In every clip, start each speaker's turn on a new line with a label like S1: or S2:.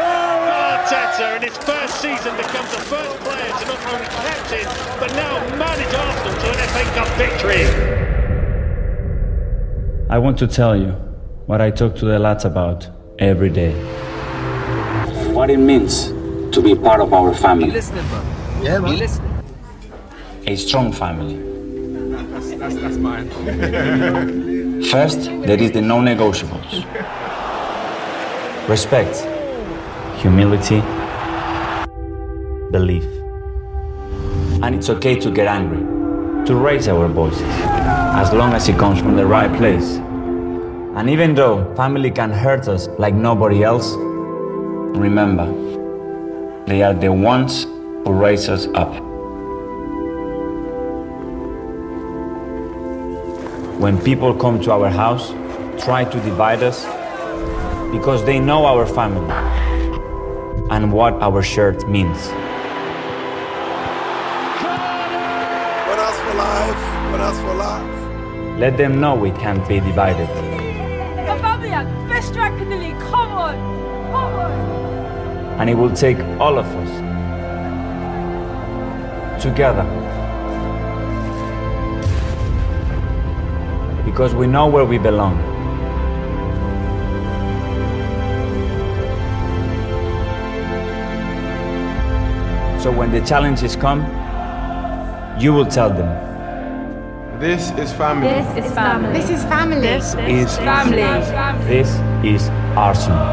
S1: Arteta in his first season becomes the first player to not only captain but now manage Arsenal to an FA Cup victory.
S2: I want to tell you what I talk to the lads about every day.
S3: what it means to be part of our family. A strong family. First, there is the non negotiables respect,
S2: Humility, belief,
S3: and it's okay to get angry.
S2: to raise our voices, as long as it comes from the right place.
S3: And even though family can hurt us like nobody else, remember, they are the ones who raise us up.
S2: When people come to our house, try to divide us, because they know our family and what our shirt means.
S4: What else for life? What else for life?
S2: Let them know we can't be divided.
S5: Aubameyang, best striker in the league. Come on, come on.
S2: and it will take all of us together because we know where we belong so when the challenges come you will tell them
S4: This is family.
S6: This is family. This is family. This
S2: is this is arsenal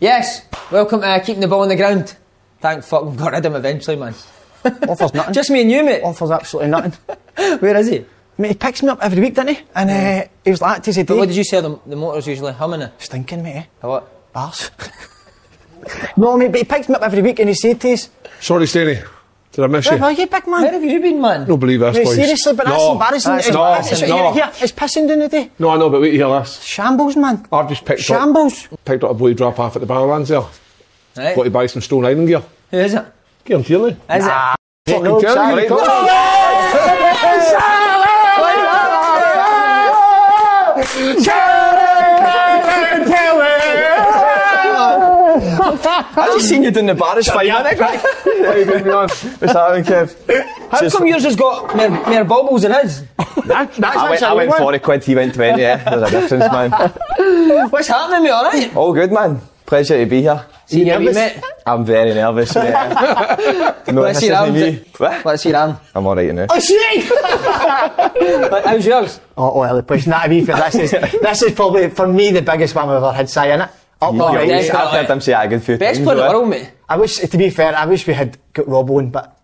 S7: Yes, welcome to uh, keeping the ball on the ground. Thank fuck we got rid of him eventually, man.
S8: Offers nothing.
S7: Just me and you, mate.
S8: offers absolutely nothing.
S7: Where is he?
S8: mate, he picks me up every week, doesn't he? And uh, he was like that to his
S7: But
S8: day.
S7: what did you say? The, the motor's usually humming. eh?
S8: Stinking, mate. eh?
S7: Or What?
S8: Bars. no, mate, but he picks me up every week and he said to us,
S9: Sorry, Stanley. Did I miss
S8: Where
S9: you?
S8: are you, big
S7: Where
S8: man?
S7: have you been, man?
S9: No, believe this,
S8: Mate,
S9: boys.
S8: seriously, but that's
S9: no.
S8: embarrassing.
S7: That's
S8: it's,
S9: no,
S8: it's,
S9: no.
S8: Here, it's pissing down the day.
S9: No, I know, but wait to hear this.
S8: Shambles, man.
S9: I've just picked Ah, up,
S8: Shambles.
S9: picked up a boy drop off at the Barrowlands there.
S7: Right.
S9: Got to buy some Stone Island gear.
S7: Who is it?
S9: Get him, Tierney.
S7: Is it?
S9: Fucking
S8: no,
S9: tell
S8: Charlie,
S9: you, come
S8: no.
S9: on.
S8: I just seen you doing the bar. It's fine, isn't it?
S9: How you getting on?
S8: What's happening, Kev?
S7: How come yours has got more, more baubles than his?
S8: I went, I went 40 quid, he went 20, yeah. There's a difference, man.
S7: What's happening, mate? All right.
S8: All good, man. Pleasure to be here.
S7: See you, mate.
S8: I'm very nervous, mate. no,
S7: Let's see your arm. Let's see your arm.
S8: I'm alright now.
S7: Oh, shit! How's yours?
S8: Oh, well, the pushing that a wee bit. This is, this is probably, for me, the biggest one I've ever had, Si, innit? Up
S7: Yeah,
S8: there.
S7: Oh, yeah, I've heard him
S8: say a good few
S7: Best player in the world, mate.
S8: I wish, to be fair, I wish we had got Rob on, but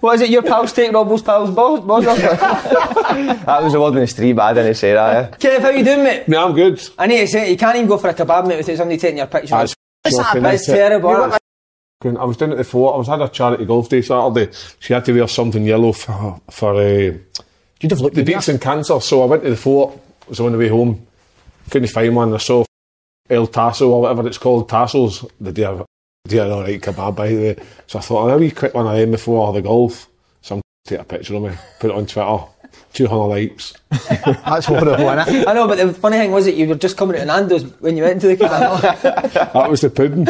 S7: What is it? Your pals take Robbo's pals balls? balls off?
S8: that was the word in the street, but I didn't say that. Yeah.
S7: Kev, how you doing, mate?
S9: Me, I'm good.
S7: I need to say, you can't even go for a kebab, mate, without somebody taking your picture.
S9: That's shocking,
S7: That's
S9: isn't it?
S7: terrible.
S9: You
S7: isn't
S9: look
S7: it?
S9: Fucking- I was down at the fort. I was had a charity golf day Saturday. She had to wear something yellow for for uh,
S8: You'd have looked
S9: the
S8: at me.
S9: beats in cancer. So I went to the fort. Was on the way home. Couldn't find one. I saw El Tasso or whatever it's called, Tassos. The day I, the day I had an alright kebab by the way. So I thought I'll have a wee quick one of them before the golf.
S10: take a picture of me, put it on Twitter, Oh, 200 likes.
S1: That's horrible, isn't
S5: it? I know, but the funny thing was that you were just coming to Nando's when you went to the canal.
S10: that was the pudding.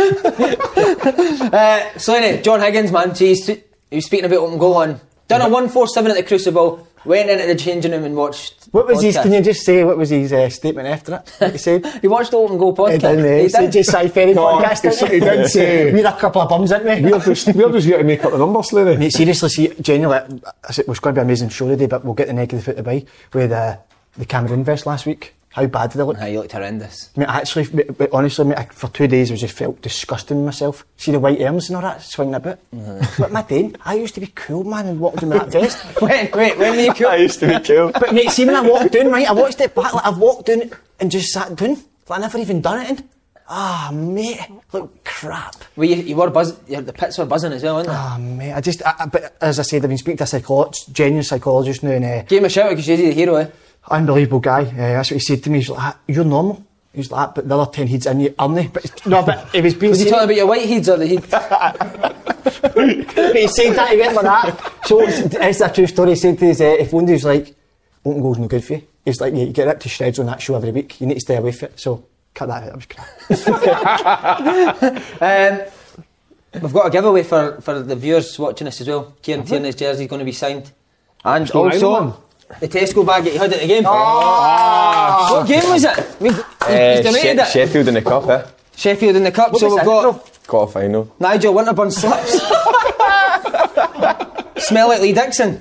S5: uh, so anyway, John Higgins, man, geez, he was speaking about open goal on. Done a 147 at the Crucible, went into the changing room and watched.
S1: What was podcast. his? Can you just say what was his uh, statement after it? What he said
S5: he watched the Open Goal podcast. He
S1: didn't. eh? He, did. just say fairy no, podcast.
S10: He, he did say
S1: we're a couple of bums, aren't we?
S10: We're just we're just here to make up the numbers, Larry.
S1: Mate, seriously, see, genuinely, it was going to be an amazing show today, but we'll get the neck of the foot to buy with uh, the camera invest last week. How bad did I look?
S5: Nah, you looked horrendous.
S1: Mate, actually, mate, mate, honestly, mate, I, for two days I just felt disgusting with myself. See the white arms and all that swinging about.
S5: Mm-hmm.
S1: Mm. But my then, I used to be cool, man, and walked in that vest.
S5: wait, wait, when were you cool? I
S1: used to be cool. But mate, see when I walked down, right, I watched it back, like, I've walked down and just sat down. Like, I never even done it. Ah, oh, mate, look crap.
S5: Well, you, you were buzzing, the pits were buzzing as well, weren't they?
S1: Ah, oh, mate, I just, I, I, but as I said, I've been speaking to a psychologist, genuine psychologist now, and... Uh,
S5: Give him a shout because you're the hero, eh?
S1: unbelievable guy. Uh, that's what he said to me. He's like, "Ah, you're normal. He's like, "Ah, but the other ten heads in you, aren't they? But no, but he was being.
S5: Was he talking about your white heads or the heads?
S1: but he said that he went like that. So it's, it's a true story. He said to his uh, if one day he's like, open goal's no good for you. He's like, yeah, you get ripped to shreds on that show every week. You need to stay away from it. So cut that out.
S5: I'm just kidding. um, we've got a giveaway for, for the viewers watching this as well. Kieran uh-huh. Tierney's jersey is going to be signed, and Still also. The Tesco bag that you had at the game.
S1: Oh.
S5: What game was it? We, you, uh,
S7: donated Eh, she- it. Sheffield in the cup, eh?
S5: Sheffield in the cup. What so we've got
S7: quarter final.
S5: Nigel Winterburn slips. Smell it, Lee Dixon.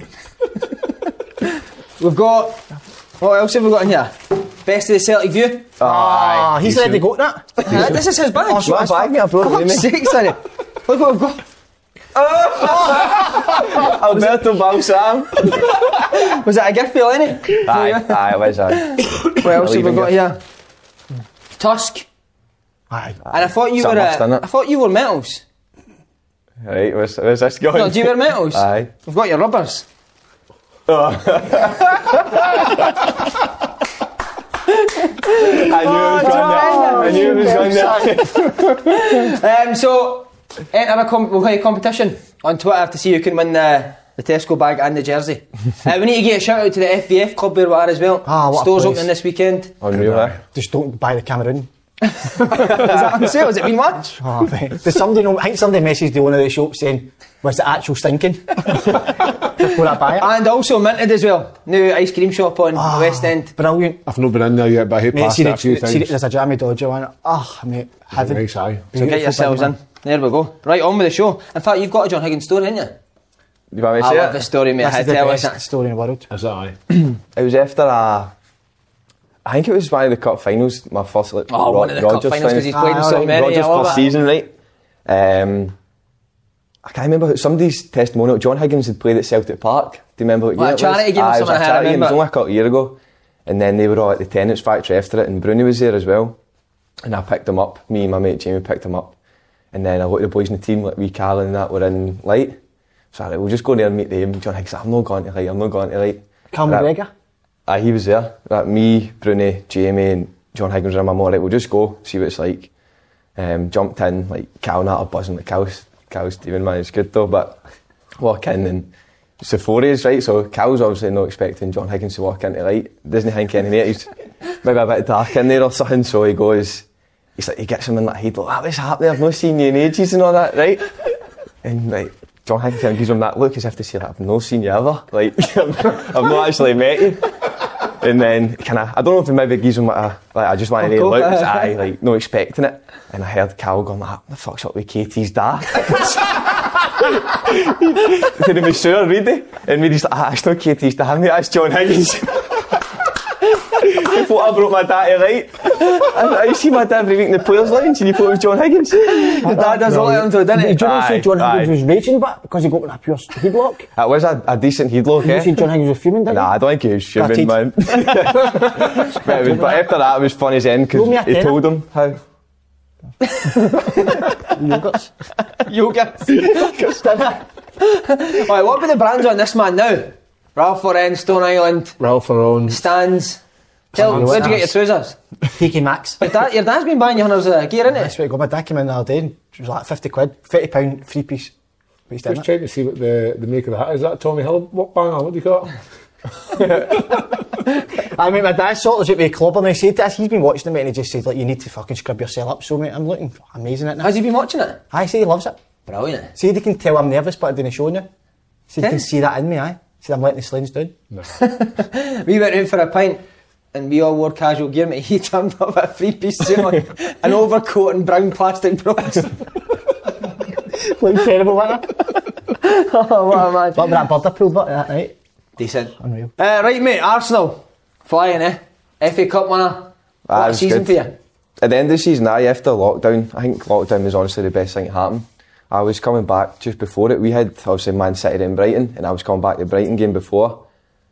S5: we've got. What else have we got in here? Best of the Celtic view.
S1: Ah, oh, he's ready to go that.
S5: this is his bag. Oh,
S1: my bag, mate. I brought it.
S5: Six, Look what we've got.
S7: Alberto Balsam.
S5: was that a gift for you, Lenny?
S7: Aye, aye, it was aye.
S5: What else have we got here? Tusk.
S1: Aye.
S5: And I thought you Something were. Uh, I thought you were metals.
S7: Right, where's, where's this going?
S5: No, do you wear metals?
S7: Aye.
S5: We've got your rubbers.
S7: Oh. I knew oh, it was going there. I knew it was
S5: going there. um, so, enter a, com- we'll a competition on Twitter to see who can win the, the Tesco bag and the jersey. uh, we need to get a shout out to the FVF club where we are as well.
S1: Ah, what
S5: Stores
S1: a Oh,
S5: opening this weekend.
S7: Unreal, eh?
S1: Just don't buy the Cameroon.
S5: Is that on sale? Has it been much?
S1: Oh, Does somebody know, I think somebody messaged the owner of the shop saying, "Was the actual stinking?" Would I buy it? Ah,
S5: And also minted as well. New ice cream shop on oh, the West End.
S1: Brilliant.
S10: I've not been in there yet, but I have passed it a few times.
S1: It, there's a jammy dojo in it. Oh, mate, heaven.
S10: Nice, aye.
S5: So get yourselves in. There we go. Right on with the show. In fact, you've got a John Higgins story, haven't you?
S7: You want me to
S5: I
S7: say
S5: love
S7: it?
S5: this story, mate.
S1: This
S5: I
S1: is the
S5: tell
S1: best story in the world.
S10: Is that aye?
S7: it was after a I think it was one of the cup finals, my first like,
S5: oh, Ro- one of the Rogers cup finals because he's played ah, so right. many.
S7: Rogers
S5: I
S7: first season, right? Um, I can't remember who, somebody's testimonial. John Higgins had played at Celtic Park. Do you remember what
S5: well,
S7: year
S5: a charity
S7: it was?
S5: Game
S7: ah,
S5: it was a
S7: charity
S5: game.
S7: It was only like a year ago, and then they were all at the Tenants Factory after it, and Bruni was there as well. And I picked him up. Me and my mate Jamie picked him up, and then a lot of the boys in the team, like we, Callan and that, were in light. So I like, we'll just go there and meet them. John Higgins, I'm not going to light. I'm not going to light.
S1: Cal McGregor.
S7: Uh, he was there. Like me, Bruni, Jamie, and John Higgins and my mum. Like, we'll just go see what it's like. Um, jumped in, like cow not a buzzing. The cows, cows demon man. It's good though. But walk in and it's the forays, right? So cows obviously not expecting John Higgins to walk into light. Doesn't think any mate. He's maybe a bit dark in there or something. So he goes. He's like, he gets him in that head, like, ah, what's happening? I've not seen you in ages and all that, right? And like, John Higgins gives him that look as if to say, like, I've not seen you ever. Like, I've not actually met you and then kind of I don't know if it maybe gives him like a like I just wanted to look his eye like no expecting it and I heard Cal going like what the fuck's up with Katie's dad did he be sure really and me just like ah, it's not Katie's dad mate that's John Higgins I thought I brought my dad right I, I uh, see my dad every week in the players lounge and you thought it was John Higgins
S5: the dad does all that until didn't he
S1: John aye, John Higgins was raging but because he got with a pure headlock
S7: Uh, that was a, a decent headlock
S1: you eh? seen John Higgins was fuming didn't
S7: nah I don't think he was fuming man but, was, but after that it was fun as end because he tenor. told him how
S1: Yogurts.
S5: Yogurts. Yogurts. Alright, what about the brands on this man now? Ralph Lauren, Stone Island.
S10: Ralph Lauren.
S5: Stands. Tell, where'd you get your trousers?
S1: TK Maxx.
S5: But dad, your dad's been buying you hundreds of gear, innit?
S1: That's where I got my dad came in the other day and it was like 50 quid, 30 pound, three piece. he's done
S9: Just
S1: it.
S9: trying to see what the, the make of the hat is. That Tommy Hill what banger? What do you call it?
S1: I mean, my dad sorted it with a club and I said this. He's been watching it, mate, and he just said, like, you need to fucking scrub yourself up. So, mate, I'm looking f- amazing at now. Has
S5: he been watching it?
S1: I see he loves it.
S5: Brilliant.
S1: See, they can tell I'm nervous, but I didn't show now. See, you
S5: Yeah.
S1: can see that in me, aye. See, I'm letting the slings down.
S5: we went in for a pint and we all wore casual gear, mate. He turned up with a three piece suit on, an overcoat and brown plastic bras.
S1: Look terrible, wasn't
S5: it? oh, what a man.
S1: But with that bird I pulled back that night.
S5: Decent.
S1: Unreal.
S5: Uh, right, mate, Arsenal. Flying, eh? FA Cup winner.
S7: Ah,
S5: What
S7: it
S5: a
S7: was
S5: season
S7: good.
S5: for you?
S7: At the end of the season, aye, after lockdown, I think lockdown was honestly the best thing that happened. I was coming back just before it. We had obviously Man City and Brighton, and I was coming back to the Brighton game before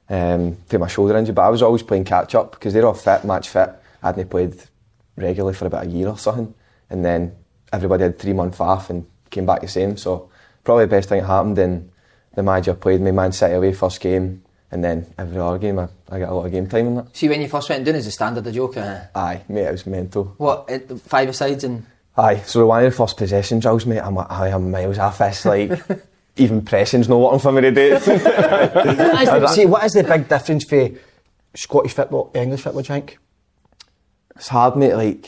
S7: um, to my shoulder injury. But I was always playing catch up because they're all fit, match fit. I hadn't played regularly for about a year or something, and then everybody had three month off and came back the same. So probably the best thing that happened. And the manager played me Man City away first game, and then every other game I, I got a lot of game time in that.
S5: See, when you first went down as a standard of joker, eh?
S7: Aye, mate, it was mental.
S5: What, eh, five sides and.
S7: Aye, so one of the first possession drills, mate, I'm like, aye, I'm miles off this, like, even pressing's not working for me to do.
S1: What is
S7: I
S1: the,
S7: was
S1: see,
S7: like,
S1: what is the big difference for Scottish football, English football, do you think?
S7: it's hard, mate, like,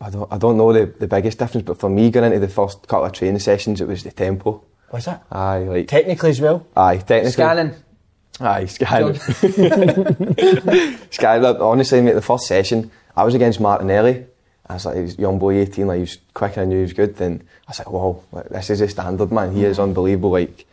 S7: I don't, I don't know the, the biggest difference, but for me, going into the first couple of training sessions, it was the tempo.
S1: Was it?
S7: Aye, like...
S1: Technically as well?
S7: Aye, technically.
S5: Scanning.
S7: Aye, scanning. scanning. Look, honestly, mate, the first session, I was against Martinelli. I was like, he was a young boy, 18, like, he was quick and I knew he was good. Then I was like, wow, like, this is a standard, man. He is
S5: Mm.
S7: unbelievable. Like,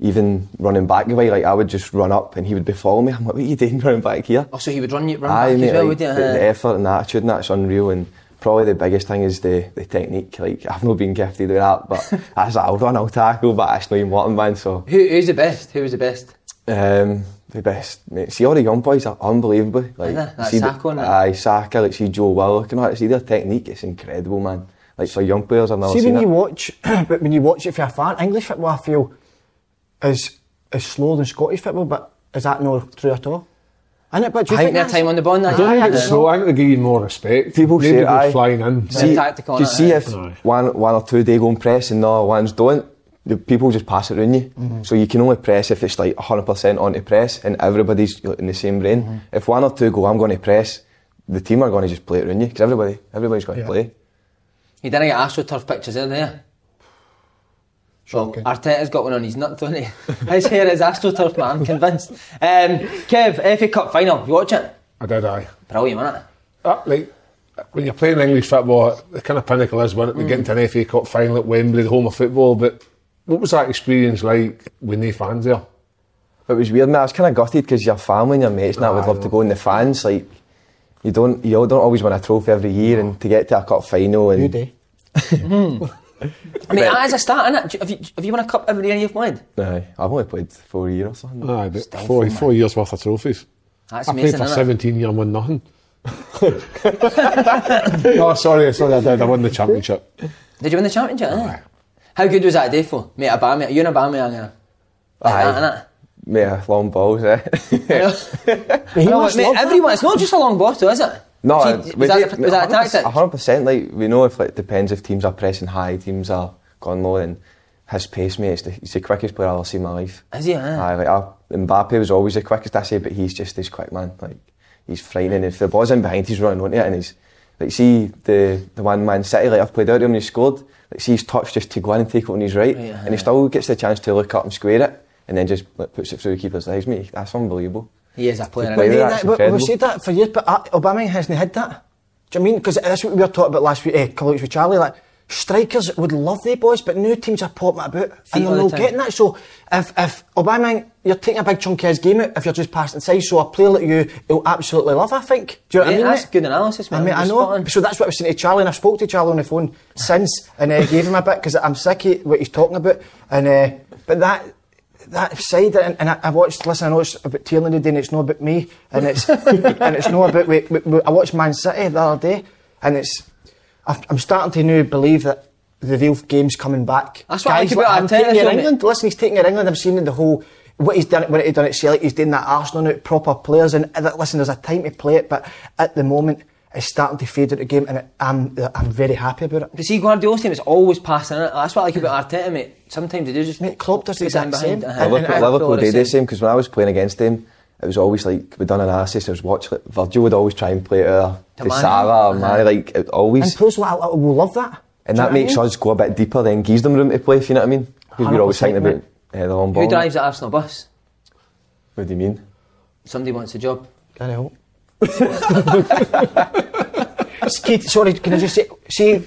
S7: even running back away, like, I would just run up and he would be following me. I'm like, what are you doing running back here?
S5: Oh, so he would run you run
S7: Aye,
S5: back
S7: mate,
S5: as well,
S7: like,
S5: would you?
S7: the,
S5: eh?
S7: the effort and attitude and that's unreal. And probably the biggest thing is the, the technique. Like, I've not been gifted with that, but I was like, I'll run, I'll tackle, but that's not even what I'm, man. So,
S5: Who, who's the best? Who was the best?
S7: um, the best, mate. See, all the young boys are unbelievable. Like,
S5: Aye, that's
S7: see the-
S5: Saka, isn't it?
S7: Aye, Saka, like, see Joe Willock and all that. See their technique, it's incredible, man. Like, for young players, I've never
S1: See,
S7: seen
S1: when
S7: it.
S1: you watch, but when you watch it for a fan, English football, I feel, is, is slower than Scottish football, but is that not true at all? Isn't it? But do you
S5: I think their
S1: that's-
S5: time on the ball.
S1: I
S5: that-
S1: don't think
S5: Yeah.
S9: so. I think they give you more respect.
S7: People
S9: Maybe
S7: say,
S9: they're
S7: aye.
S9: flying in.
S7: See,
S5: tactical,
S7: you
S5: aren't
S7: see
S5: they?
S7: if one, one or two they go and press and the other ones don't, the people just pass it around you.
S5: Mm-hmm.
S7: So you can only press if it's like 100% on to press and everybody's in the same brain.
S5: Mm-hmm.
S7: If one or two go, I'm going to press, the team are going to just play it around you because everybody, everybody's going
S5: Yeah.
S7: to play.
S5: You didn't get AstroTurf pictures in there. Shocking. Well, Arteta's got one on his nut, don't he? His hair is AstroTurf, man, I'm convinced. Um, Kev, FA Cup final, you watch it?
S9: I did, aye.
S5: Brilliant, wasn't it?
S9: That, like, when you're playing English football, the kind of pinnacle is when we get into an FA Cup final at Wembley, the home of football. But what was that experience like with no fans there?
S7: It was weird, mate. I was kind of gutted because your family and your mates and I would love to go in the fans. Like, you don't, you all don't always win a trophy every year, and to get to a cup final and
S5: I mean, that is a start, innit? Do- Have you, have you won a cup every year you've played?
S7: Aye, I've only played four years or something.
S9: Aye, but four, four years worth of trophies.
S5: That's
S9: I
S5: amazing,
S9: played for
S5: innit?
S9: 17 years and won nothing. no, Oh, sorry, sorry, I did. I won the championship.
S5: Did you win the championship? eh? How good was that day for? Mate, Aubameyang, you and Aubameyang, yeah. Like
S7: Aye.
S5: that, innit?
S7: Yeah, long balls, eh?
S5: I
S7: Nou,
S5: know, mate, everyone, it's not just a long bottle, is it?
S7: No,
S5: See, was that, was that a tactic?
S7: hundred percent. Like we know if like depends if teams are pressing high, teams are gone low, and his pace, mate, it's the, he's the quickest player I've ever seen in my life.
S5: Is he, eh?
S7: Aye, like I, Mbappe was always the quickest I say, but he's just this quick man. Like he's frightening. If the ball's in behind, he's running onto it, and he's like see the the one man City. Like I've played out to him, and he scored. Like see his touch just to go in and take it on his right,
S5: Right,
S7: and he still gets the chance to look up and square it, and then just like, puts it through the keeper's legs, mate. That's unbelievable.
S5: He is a player, innit?
S7: To play with
S1: Yeah,
S7: that's
S1: that- we-
S7: incredible.
S1: we've said that for years, but uh, Aubameyang hasn't had that. Do you know what I mean? Because that's what we were talking about last week, eh, couple of weeks with Charlie. Like strikers would love their boys, but new teams are popping about
S5: Feet
S1: and
S5: all
S1: they're
S5: the
S1: not
S5: time.
S1: getting that. So if if Aubameyang, you're taking a big chunk of his game out if you're just passing inside. So a player like you, he'll absolutely love. I think. Do you know what
S5: Yeah,
S1: I mean?
S5: that's
S1: mate?
S5: good analysis, man.
S1: I mean,
S5: You're
S1: I
S5: spot
S1: know. So that's what I was saying to Charlie, and I spoke to Charlie on the phone since, and uh, gave him a bit because I'm sick of what he's talking about. And uh, but that that side, and, and I, I watched. Listen, I know it's about Tierland today, and it's not about me, and it's and it's not about. We, we, we- I watched Man City the other day, and it's. I've- I'm starting to now believe that the real game's coming back.
S5: That's what I like about
S1: him
S5: Arteta,
S1: taking
S5: isn't
S1: it
S5: it?
S1: in England. Listen, he's taking it in England. I'm seeing the whole. What he's done, what he's done at Celtic, he's doing that Arsenal now, proper players. And uh, that- listen, there's a time to play it, but at the moment,
S7: is starting to fade out the game, and it, I'm I'm very happy about it.
S2: But see, Guardiola's team is always passing it. That's what I like about Arteta, mate. Sometimes they do just
S7: mate. Klopp does the
S2: put them
S7: exact same.
S2: behind. Uh-huh.
S5: Liverpool, Liverpool did the same because when I was playing against them, it was always like we done an assist. I was watching like, Virgil would always try and play it out
S7: To
S5: to
S7: Mane.
S5: Salah or
S7: Uh-huh.
S5: Mane, like it
S7: And
S5: always.
S7: plus, I, I will love that.
S5: And
S7: Do you know what
S5: that
S7: I
S5: makes
S7: mean?
S5: us go a bit deeper, then gives them room to play. If you know what I mean? Because we were always
S2: 100%,
S5: thinking about uh, the long ball.
S2: Who drives the Arsenal bus?
S5: What do you mean?
S2: Somebody wants a job.
S7: Can I help? Kate, sorry, can I just say, see,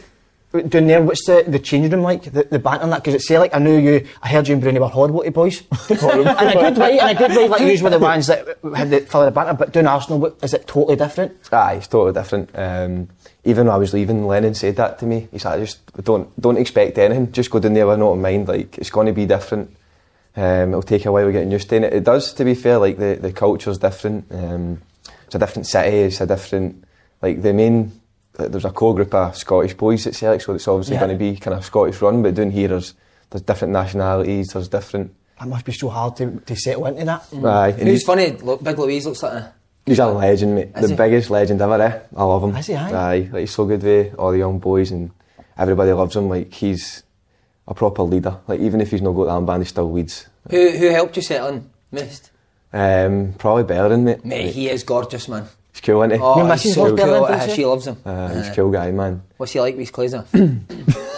S7: down there, what's the, the change room like? The, the banter and that? Because it's say, like, I knew you, I heard you and Bruni were horrible to boys. in a good way, in a good way, like, you were the ones that had the further banter, but down Arsenal, what- is it totally different?
S5: Ah, it's totally different. Um, even when I was leaving, Lennon said that to me. He said, "I "Just don't don't expect anything. Just go down there with an open mind. Like it's going to be different. Um, it'll take a while getting used to it. It does, to be fair. Like the the culture's different. Um, it's a different city. It's a different like the main. Like, there's a core group of Scottish boys at Celtic, so it's obviously
S7: Yeah.
S5: going to be kind of Scottish run. But down here, there's there's different nationalities. There's different.
S7: That must be so hard to, to settle into that.
S5: Aye, and
S2: Who's
S5: he's-
S2: funny? Look, Big Louise looks like a.
S5: He's a legend, mate.
S2: Is he?
S5: the biggest legend ever, eh? I love him.
S2: Is he, aye?
S5: Aye, like, he's so good with all the young boys and everybody loves him. Like, he's a proper leader. Like, even if he's not got the armband, he still leads.
S2: Who who helped you settle in? Missed.
S5: Um, probably Bellerin, mate.
S2: Mate, he is gorgeous, man.
S5: He's cool, isn't he?
S2: Oh, Your he's missus so loves cool. Bellerin, doesn't Uh, she? she loves him.
S5: Uh, he's
S2: Uh,
S5: a cool guy, man.
S2: What's he like with his clothes off?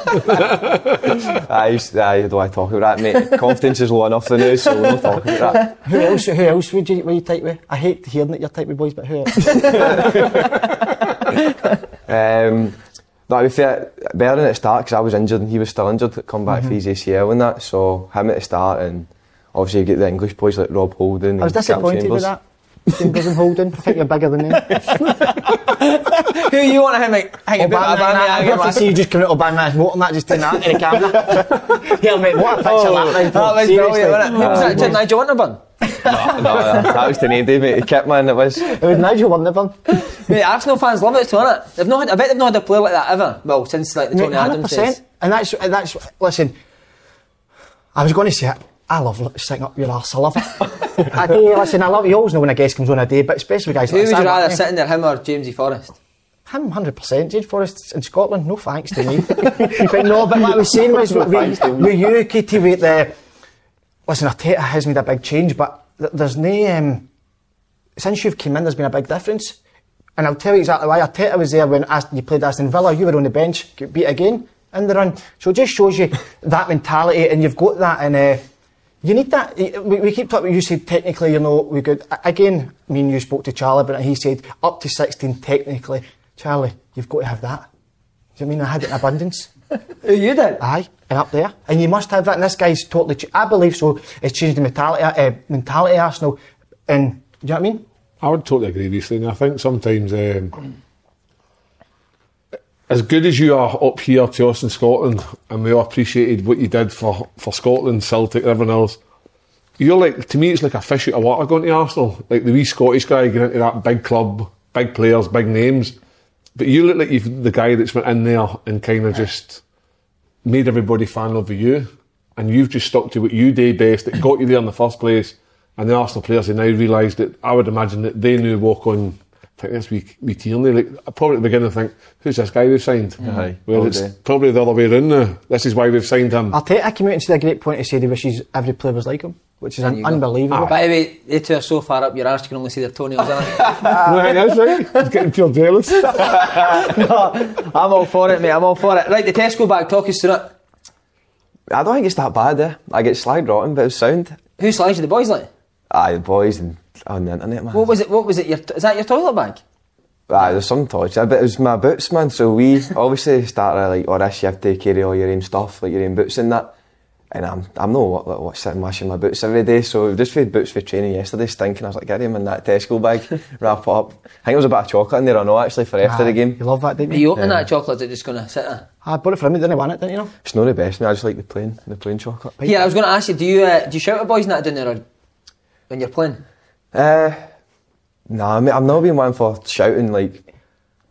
S5: I used to, aye, do I talk about that, mate? Confidence is low enough the news, so we're not talking about that.
S7: who else, who else would you, were you tight with? I hate hearing that you're tight with boys, but who else?
S5: Um, no, to be fair, Bellerin at the start, because I was injured and he was still injured, come back for his
S7: Mm-hmm.
S5: ACL and that, so him at the start and obviously you get the English boys like Rob Holden
S7: I
S5: and
S7: was
S5: Gav
S7: disappointed
S5: Chambers.
S7: with that. Chambers and Holden, I think you're bigger than them.
S2: Who you want to hang, like, hang
S7: Obama,
S2: about?
S7: Obama,
S2: Obama,
S7: I'd love to see you just coming out Obama's motor and that, just doing that in the camera. Here, mate, what a picture that
S2: that
S5: Uh,
S7: man.
S2: was brilliant, wasn't it? Was that
S7: Seriously.
S2: Jim Nigel Winterburn?
S5: no, no, that was the name, mate. Kitman, it was.
S7: It was Nigel Winterburn.
S2: Mate, Arsenal fans love it, too, innit? They've not had, I bet they've not had a player like that ever. Well, since like the Tony Adams days.
S7: And that's, and that's, listen, I was going to say, it, I love lo- sitting up your arse, I love it. I do, listen, I love you always know when a guest comes on a day, but especially guys
S2: Who
S7: like
S2: would you
S7: Sam,
S2: rather
S7: yeah.
S2: sit in there, him or Jamesy Forrest?
S7: Him, 100%. Jade Forrest in Scotland, no thanks to me. but no, but what I was saying was, with,
S5: thanks to
S7: with,
S5: me.
S7: with you, Katie, with the. Listen, Arteta has made a big change, but th- there's no. Um, since you've come in, there's been a big difference. And I'll tell you exactly why. Arteta was there when Aston, you played Aston Villa, you were on the bench, get beat again in the run. So it just shows you that mentality, and you've got that in. Uh, you need that. We, we keep talking. You said technically, you know, we good. A- Again, me and you spoke to Charlie, but he said up to sixteen technically. Charlie, you've got to have that. Do you know what I mean I had it in abundance?
S2: you did.
S7: Aye, and up there, and you must have that. And this guy's totally. Ch- I believe so. It's changed the mentality. Uh, mentality of Arsenal, and do you know what I mean?
S11: I would totally agree with you, Slane. I think sometimes, um, as good as you are up here to us in Scotland, and we all appreciated what you did for, for Scotland, Celtic, everyone else, you're like, to me, it's like a fish out of water going to Arsenal. Like the wee Scottish guy getting into that big club, big players, big names. But you look like you've the guy that's went in there and kind of just made everybody fan over you, and you've just stuck to what you do best that got you there in the first place. And the Arsenal players have now realised that I would imagine that they knew walk on. I think that's we we Tierney. Like probably at the beginning, I think who's this guy we've signed?
S5: Aye,
S11: Well,
S5: all
S11: it's
S5: day.
S11: probably the other way around now. This is why we've signed him.
S7: Arteta came out and said a great point. He said he wishes every player was like him, which is
S2: There
S7: un-
S2: you go.
S7: unbelievable.
S2: By the way, they two are so far up your arse you can only see their toenails, innit?
S11: no, that's right. He's getting pure jealous.
S2: no, I'm all for it, mate. I'm all for it. Right, the Tesco bag, talk us through it.
S5: I don't think it's that bad, eh? I get slagged rotten, but it was sound.
S2: Who slags you, the boys, like?
S5: Aye, the boys and on the internet, man.
S2: What was it? What was it? Your, is that your toilet bag?
S5: Aye, there's some torture, but it was my boots, man. So we obviously started like, oh, this, you have to carry all your own stuff, like your own boots and that. And I'm, I'm not what, what, sitting washing my boots every day, so we just had boots for training yesterday, stinking. I was like, get them in that Tesco bag, wrap it up. I think there was a bit of chocolate in there, I know, actually, for after the
S7: Aye,
S5: game.
S7: You love that, didn't
S2: Are
S7: you?
S2: you opening that chocolate? Is it just going to sit there?
S7: I bought it for him. Didn't I want it? Didn't you know?
S5: It's not the best, man. I just like the plain, the plain chocolate.
S2: Yeah, I was going to ask you, do you uh, do you shout at boys in that down there or when you're playing?
S5: Uh, nah, mate, I'm not being one for shouting like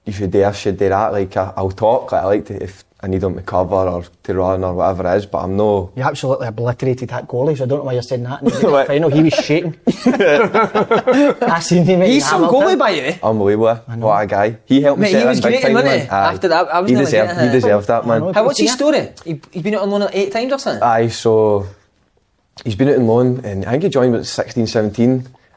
S5: you should do this, should do that. Like I, I'll talk. Like, I like to if
S7: I need him to cover or to run or whatever it is, but I'm no.
S1: You absolutely obliterated that goalie, so I don't know why you're saying that. In the final, he was shaking. I seen him. at
S5: He's some
S1: Hamilton.
S5: goalie by you.
S7: Unbelievable. What a guy. He helped
S5: Mate,
S7: me set
S5: he was
S7: in big
S5: great,
S7: time,
S5: wasn't
S7: man.
S5: he?
S7: Aye.
S5: After that, I was
S7: he
S5: never
S7: deserved,
S5: getting
S7: he
S5: it.
S7: deserved that, man.
S5: How, what's his story? He, he's been out on loan like eight times or something?
S7: Aye, so he's been out on loan and I think he joined at 16, 17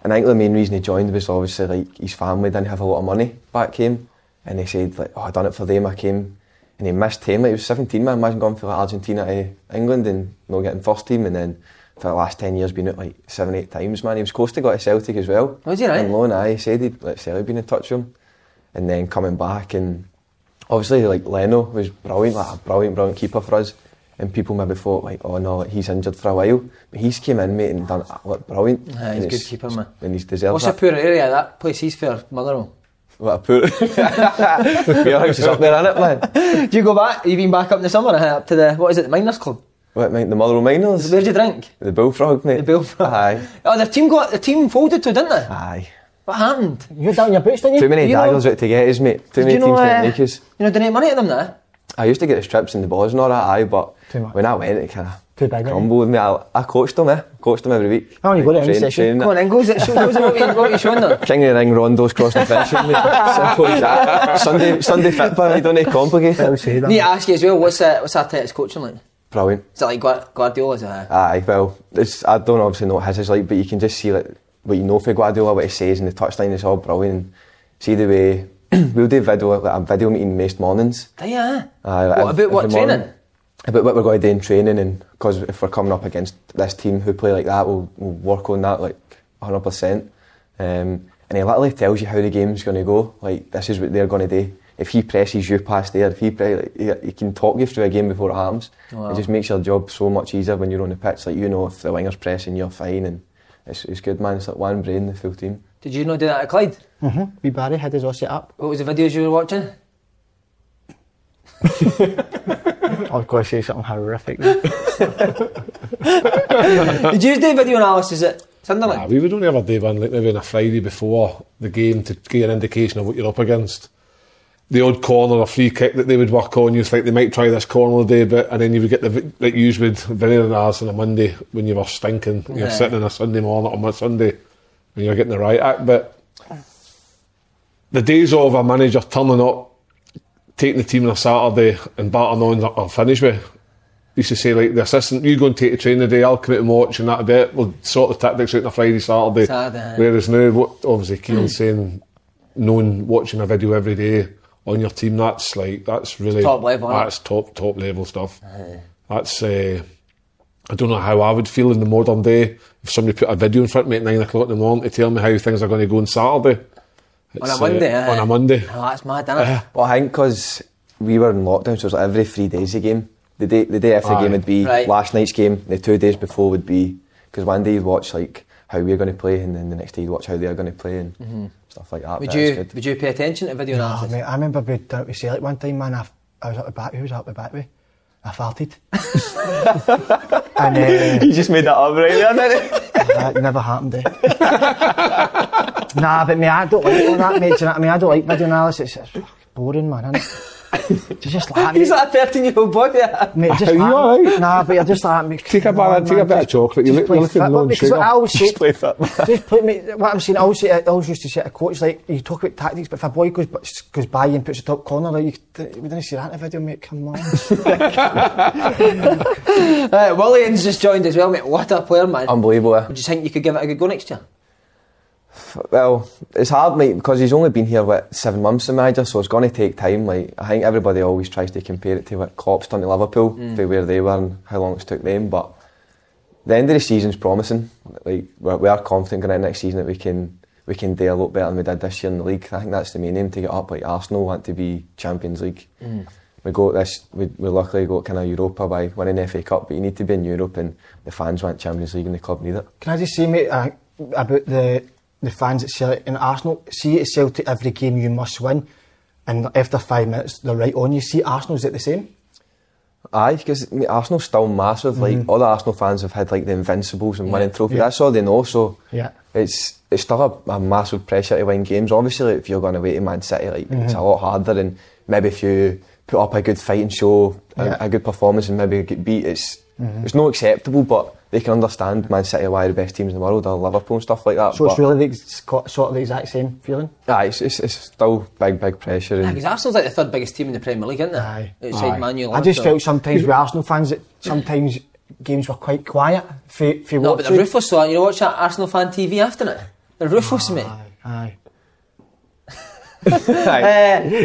S7: and I think the main reason he joined was obviously like his family didn't have a lot of money back home and he said like, oh, I done it for them, I came and he missed him, like, he was 17 man, imagine going from like, Argentina to England and not getting first team and then for the last 10 years been out like 7, 8 times man, he was close to got to Celtic as well.
S5: Was he, right?
S7: On loan, aye, he said he'd like Celtic been in touch with him and then coming back and obviously like Leno was brilliant, like a brilliant, brilliant keeper for us. And people maybe thought like, oh no, like, he's injured for a while, but he's came in mate and done uh, look brilliant.
S5: Aye, he's
S7: And
S5: a good
S7: it's-
S5: keeper, man.
S7: And he's deserved
S5: What's
S7: that.
S5: a poor area? That place he's for Motherwell.
S7: What a poor. Your house is up there, innit, man?
S5: Do you go back? Have you been back up in the summer? uh, Up to the what is it? The Miners Club.
S7: What mate? The Motherwell Miners.
S5: Where'd you drink?
S7: The Bullfrog, mate. The Bullfrog. Aye,
S5: Oh, the team got the team folded too, didn't they?
S7: aye.
S5: What happened?
S1: You down your boots, didn't you?
S7: Too many
S5: you know-
S7: daggers out to get us, mate. Too
S5: Did
S7: many
S5: you know,
S7: teams
S5: uh,
S7: didn't make us.
S5: You know, donate money to them now.
S7: I used to get the strips and the balls and all that, aye, but
S1: Too much.
S7: when I went, it kind
S1: Too
S7: of
S1: big, innit?
S7: crumbled with me. I, I coached them, eh? Coached them every week.
S1: Oh, you got it in session.
S7: training
S5: Come on, Ingles. It shows shows them what we- what we're showing them.
S7: King of the ring, Rondo's cross the finish line, mate. Simple as that. Sunday, Sunday football, I don't need complicate it.
S5: Need to ask you as well. What's uh, what's Arteta's coaching like?
S7: Brilliant.
S5: Is it like Guard- Guardiola's? Uh,
S7: Aye, well, it's, I don't obviously know what his is like, but you can just see like what you know for Guardiola, what he says, and the touchline is all brilliant. And see the way we'll do video, like a video meeting most mornings.
S5: yeah.
S7: Aye, like
S5: What,
S7: ev-
S5: about what
S7: every morning.
S5: training?
S7: About what we're going to do in training, and because if we're coming up against this team who play like that, we'll, we'll work on that like 100%. Um, and he literally tells you how the game's going to go. Like, this is what they're going to do. If he presses you past there, if he, pre- like, he, he can talk you through a game before it happens.
S5: Wow.
S7: It just makes your job so much easier when you're on the pitch. Like, you know, if the winger's pressing, you're fine. And it's, it's good, man. It's like one brain, the full team.
S5: Did you not do that at Clyde?
S1: Mm-hmm. Wee Barry had his osset up.
S5: What was the videos you were watching?
S1: I was going to say something horrific. then.
S5: Did you do video analysis at Sunderland?
S9: Nah, we would only have a day one, like maybe on a Friday before the game to get an indication of what you're up against. The odd corner or free kick that they would work on, you think they might try this corner today, but and then you would get the vi- like you would very hours on a Monday when you were stinking. You're
S5: Yeah.
S9: sitting on a Sunday morning on a Sunday and you're getting the right act. But the days of a manager turning up, taking the team on a Saturday and battering on that I'll finish with used to say like the assistant, you go and take the train today, I'll come out and watch and that a bit. We'll sort the tactics out on a Friday, Saturday.
S5: Saturday.
S9: Whereas now, what obviously Keelan's saying, knowing watching a video every day on your team, that's like that's really
S5: Top level, innit?
S9: That's top top level stuff. That's uh, I don't know how I would feel in the modern day if somebody put a video in front of me at nine o'clock in the morning to tell me how things are going to go on Saturday.
S5: on
S9: It's,
S5: a
S9: uh,
S5: Monday. eh?
S9: on a Monday.
S5: Oh, that's mad, isn't it?
S7: Uh-huh. Well, I think because we were in lockdown, so it was like every three days a game. The day, the day after the
S9: Aye.
S7: game would be
S5: Right.
S7: last night's game. The two days before would be because one day you'd watch like how we're going to play, and then the next day you'd watch how they're going to play and
S8: Mm-hmm.
S7: stuff like that.
S5: Would
S7: but it's
S5: you
S7: good.
S5: would you pay attention to video
S1: Oh,
S5: analysis?
S1: mate, I remember being down to Celtic one time, man. I, I was up the back. Who was up the back way? I farted. and
S7: You just made that up right there, didn't you?
S1: uh, that never happened. Eh? nah, but me, I don't like all that, mate. Do you know what I mean? I don't like video analysis. It's fucking boring, man. Isn't it? It's just like
S5: He's
S1: mate,
S5: like a thirteen-year-old boy. yeah.
S1: mate, just
S9: Are you
S1: like-
S9: alright?
S1: Nah, but you're just like mate,
S9: Take a
S1: come on,
S9: bar, take a
S1: man,
S9: bit of
S1: just-
S9: chocolate. You're, look-
S1: just play
S9: you're looking
S1: football,
S9: low on
S1: because what
S9: sugar.
S1: I always say,
S7: play football.
S1: just put me. What I'm saying, I always, say, I always used to say to a coach like, you talk about tactics, but if a boy goes goes by you and puts the top corner, like, you, uh, we didn't see that in a video, mate. Come on.
S5: Uh, Williams just joined as well, mate. What a player, man!
S7: Unbelievable. eh?
S5: Would you think you could give it a good go next year?
S7: Well, it's hard, mate, because he's only been here what seven months the manager, so it's going to take time. Like I think everybody always tries to compare it to what Klopp's done to Liverpool,
S5: Mm.
S7: to where they were and how long it's took them. But the end of the season's promising. Like we're, we are confident going into next season that we can we can do a lot better than we did this year in the league. I think that's the main aim to get up. Like Arsenal want to be Champions League.
S1: Mm.
S7: We go this. We, we luckily got kind of Europa by winning FA Cup, but you need to be in Europe, and the fans want Champions League, and the club need it.
S1: Can I just say, mate, uh, about the the fans at Celtic and Arsenal? See, at Celtic, every game you must win, and after five minutes, they're right on you. See, Arsenal's it the same.
S7: Aye, because Arsenal's still massive. Like all the Arsenal fans have had like the Invincibles and winning trophies. That's all they know. So
S1: Yeah.
S7: it's it's still a, a
S1: Mm-hmm.
S7: massive pressure to win games. Obviously, like, if you're going away to Man City, like it's a lot harder. And maybe if you
S9: put up a good fight and show a,
S1: Yeah.
S9: a good performance and maybe get beat, it's
S1: Mhm.
S9: it's not acceptable. But they can understand Man City are one of the best teams in the world or Liverpool and stuff like that.
S1: So
S9: but,
S1: it's really the ex- co- sort of the exact same feeling.
S9: aye, it's, it's, it's still big big pressure. And,
S5: Because Arsenal's like the third biggest team in the Premier League, isn't it? Aye. Outside
S1: Aye.
S5: Man U.
S1: I just
S5: Liverpool.
S1: felt sometimes with Arsenal fans that sometimes games were quite quiet. If you, if you
S5: No,
S1: watch
S5: but they're
S1: it.
S5: ruthless. So you know, watch that Arsenal fan TV after it. They're ruthless, mate.
S1: Aye.
S5: uh,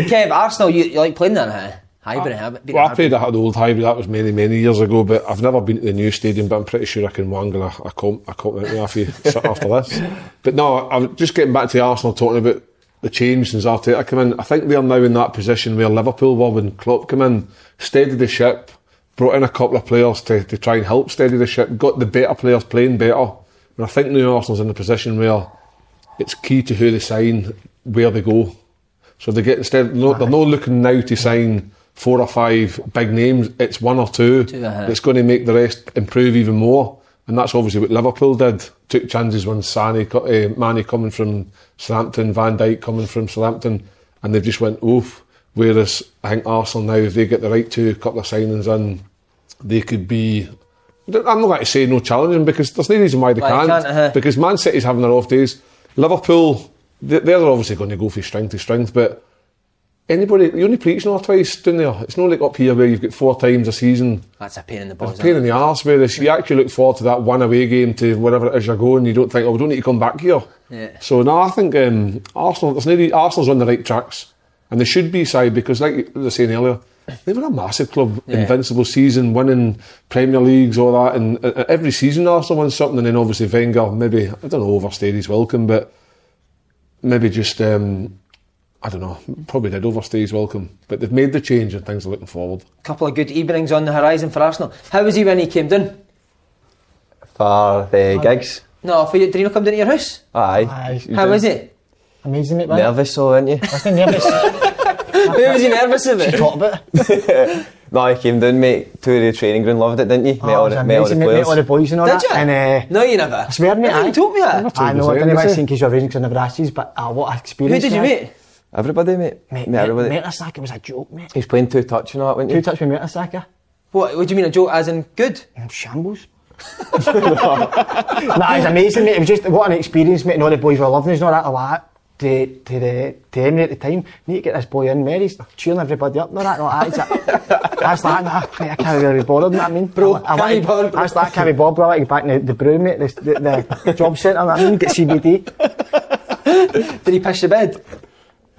S5: Kev, Arsenal, you, you like playing that? Huh? Hybrid, huh? Been
S7: Well, I
S5: hybrid.
S7: played at the old hybrid, that was many, many years ago, but I've never been to the new stadium, but I'm pretty sure I can wangle a, a comp, a comp out there after, you sit after this. But no, I was just getting back to Arsenal talking about the change since Arteta came in. I think they're now in that position where Liverpool were when Klopp came in, steadied the ship, brought in a couple of players to, to try and help steady the ship, got the better players playing better. And I think now Arsenal's in a position where it's key to who they sign, where they go. So they get instead no, they're not looking now to sign four or five big names. It's one or two
S5: aye.
S7: that's going to make the rest improve even more. And that's obviously what Liverpool did. Took chances when Sani, co- eh, Manny coming from Southampton, Van Dijk coming from Southampton, and they've just went oof. Whereas I think Arsenal now, if they get the right two couple of signings in, they could be. I'm not going to say no challenging because there's no reason why they
S5: Why they
S7: can't.
S5: can't, uh-huh.
S7: Because Man City's having their off days. Liverpool, they- they're obviously going to go from strength to strength, but anybody, you only play each other twice down there. It's not like up here where you've got four times a season.
S5: That's a pain in the
S7: It's
S5: balls.
S7: a pain in the arse, whereas you actually look forward to that one away game to wherever it is you're going. You don't think, oh, we don't need to come back here.
S5: Yeah.
S7: So no, I think um, Arsenal. There's no, re- Arsenal's on the right tracks, and they should be side because, like you- I was saying earlier, they were a massive club,
S5: Yeah.
S7: invincible season, winning Premier Leagues, all that, and uh, every season Arsenal won something. And then obviously Wenger, maybe I don't know, overstayed his welcome, but maybe just um, I don't know, probably did overstay his welcome. But they've made the change, and things are looking forward.
S5: A couple of good evenings on the horizon for Arsenal. How was he when he came down?
S9: for the gigs,
S5: No, for you, did he not come down to your house?
S9: aye.
S5: How was it?
S1: Amazing, mate. man.
S9: Nervous, though, weren't you?
S1: Wasn't nervous.
S5: was he nervous about?
S1: She thought about it.
S9: no, I came down, mate. Tour the training ground, loved it, didn't you?
S1: Oh, it was amazing, mate. Met all the boys and all
S9: Did
S1: that.
S9: you?
S1: And, uh,
S5: No, you never.
S1: I swear, mate. I
S5: told me that.
S1: I know, I
S9: you,
S1: didn't
S9: didn't
S1: want
S9: you?
S1: to think 'cause you were raging because I never asked you, but uh, what an
S9: Who
S1: experience.
S9: did you
S1: man.
S9: meet? Everybody, mate. Mate, everybody.
S1: Met us like it was a joke, mate.
S9: He was playing two touch and all that, wasn't he?
S1: Two touch with Metasaka.
S5: What, what do you mean a joke as in good?
S1: shambles. nah, it's amazing, mate. It was just what an experience, mate. And all the boys were loving us, not that a lot. To, to the to Emery at the time, need to get this boy in. Mary's cheering everybody up. No, that, no, that. It's a, that's like, nah, mate, I can't really be bothered. know what I mean, bro, I, I
S5: can't be
S1: wanted-
S5: bothered, bro.
S1: That's like, I can't be bothered, bro. I want to get back in the, the broom, mate. The, the, the job centre. know what I mean, get CBD.
S5: Did he piss the bed?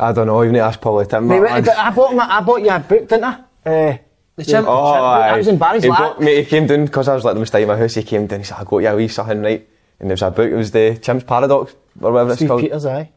S9: I don't know, even asked Paul
S1: Mate,
S9: Timber.
S1: wait, but I bought my, I bought you a book, didn't I? Uh,
S5: the
S9: oh,
S1: I was embarrassed.
S9: He,
S1: like-
S9: brought, mate, he came down because I was letting him stay in my house. He came down. He said, "I got you a wee something right." And there was a book. It was the Chimp's Paradox or whatever it's
S1: Steve
S9: called.
S1: Peters, aye.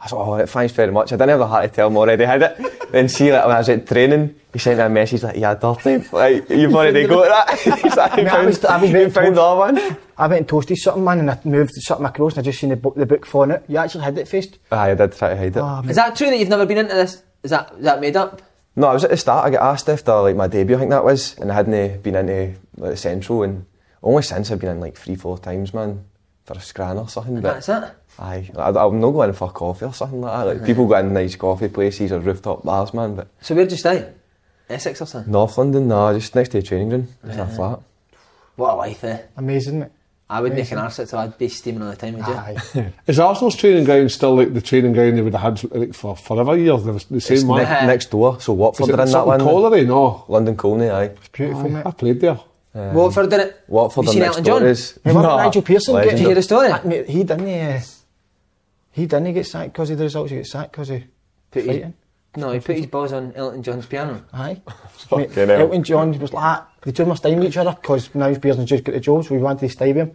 S9: I said, "Oh, thanks very much." I didn't have the heart to tell him already had it. then see, like when I was at training, he sent me a message like, "Yeah, dirty. Like you've already got that." He's like,
S1: Mate, I was, I was
S9: "You
S1: waiting
S9: found
S1: for-
S9: that one."
S1: I went and toasted something, man, and I moved something across, and I just seen the book, the book flying out. You actually had it Ah, faced.
S9: Aye, I did try to hide it.
S5: Is that true that you've never been into this? Is that is that made up?
S9: No, I was at the start. I got asked after like my debut, I think that was, and I hadn't been into like, the central, and only since I've been in like three, four times, man, for a scran or something. But
S5: That's it.
S9: Aye, I, I'm not going for coffee or something like that. Like, People go in nice coffee places or rooftop bars, man. But
S5: So where did you stay? Essex or something?
S9: North London, nah, just next to the training ground, just in
S5: Yeah.
S9: a flat.
S5: What a life, eh?
S1: Amazing, mate.
S5: I would make an arse out so I'd be steaming all the time, would you?
S7: Is Arsenal's training ground still like the training ground they would have had like for forever years? There was the same
S9: It's
S7: one.
S9: ne- next door, so Watford
S7: Is it
S9: are in that
S7: something
S9: one.
S7: Colliery, no.
S9: London Colney, aye. It's
S1: beautiful, mate.
S7: I played there.
S9: Um,
S5: Watford did it.
S9: Watford
S5: You
S9: are
S5: seen
S9: next
S5: Elton John?
S9: door is.
S1: Hey, what about Nigel Pearson
S9: Legend.
S1: getting?
S5: Did you hear the story?
S1: That, mate, he didn't. Uh, he didn't get sacked because of the results. He got sacked because of
S5: Put his-
S1: fighting.
S5: no, he put his balls on Elton John's piano.
S1: Aye.
S9: Fucking
S1: Mate,
S9: hell.
S1: Elton John was like, that. they two must time with each other because Nigel Pearson just got the job, so we wanted to stay with him.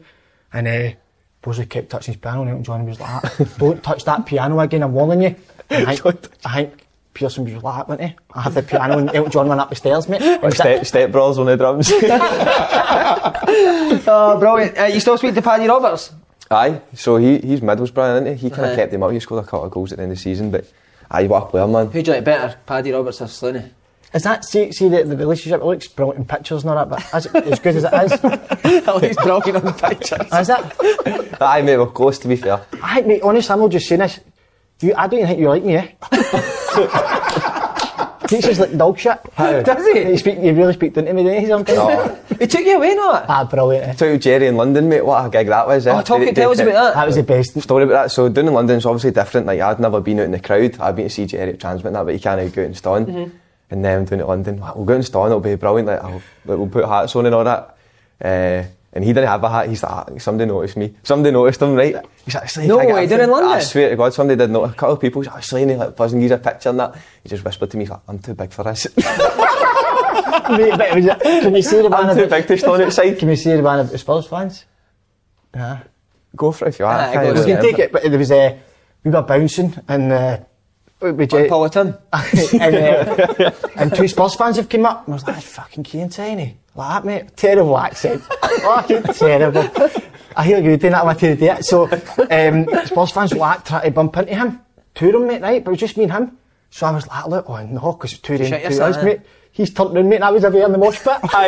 S1: And uh, Bosley kept touching his piano, and Elton John was like, that, "Don't touch that piano again. I'm warning you." And I think, I think Pearson was like, that, wasn't he? I had the piano, and Elton John went up the stairs, mate. And
S9: Like step, step brothers on the drums.
S5: oh, brilliant. Uh, you still speak to Paddy Roberts?
S9: Aye, so he, he's Middlesbrough, isn't he? He kind of
S5: Aye.
S9: kept him up. He scored a couple of goals at the end of the season, but aye, what a player, man.
S5: Who'd you like better, Paddy Roberts or Slooney?
S1: Is that see see the, the relationship? It looks brilliant in pictures and all that, but is it as good as it is?
S5: it looks brilliant on pictures.
S1: Is it?
S9: Aye, mate, we're close to be fair.
S1: I mate, honest, I'm not just saying this. You, I don't even think you like me, eh? Teaches like dog shit.
S5: How? Does he?
S1: You, speak, you really speak down to me, don't you, sometimes?
S7: No.
S5: he took you away, not?
S1: Ah, brilliant. eh?
S7: Took Jerry in London, mate. What a gig that was. eh?
S5: Oh, talk- tell us about that. That was the
S1: best
S7: story about that. So down in London's obviously different. Like I'd never been out in the crowd. I've been to see Jerry at Transmit and that, but he can't go out and stone.
S5: Mhm.
S7: And then down at øh, London, "Wow, we'll go out and stone. It'll be brilliant. Like, I'll, like, we'll put hats on and all that. Uh, and he didn't have a hat. He's like, "Ah, somebody noticed me. Somebody noticed him, right? He's like, "Slade,
S5: No
S7: can I get
S5: way,
S7: a
S5: down in
S7: photo?" I
S5: London?
S7: swear to God, somebody did notice. A couple of people, he's like, Slaney, like, buzzing, he's a picture and that. He just whispered to me, he's like, I'm too big for this.
S1: Mate, but it was, can you see the
S7: I'm
S1: banner?
S7: too big to stand outside.
S1: Can you see the banner of the Spurs fans? Nah.
S7: Go for it if you want. I
S1: Aye,
S7: can't
S1: we
S7: really
S1: can take
S7: remember.
S1: it, but there was a uh, we were bouncing and uh, we, we
S5: On Politan.
S1: and, uh, and two Spurs fans have come up and I was like, fucking Keane Tiny. Like that, mate. Terrible accent. eh? fucking terrible. I hear you doing that with you today. So, um, Spurs fans were like trying to bump into him. Two of them, mate, right? But it was just me and him. So I was like, look, oh no, because it's two of them,
S7: Shut
S1: two of
S7: yourself,
S1: us,
S7: eh?
S1: mate. He's turned round, mate, and I was away in the mosh pit. I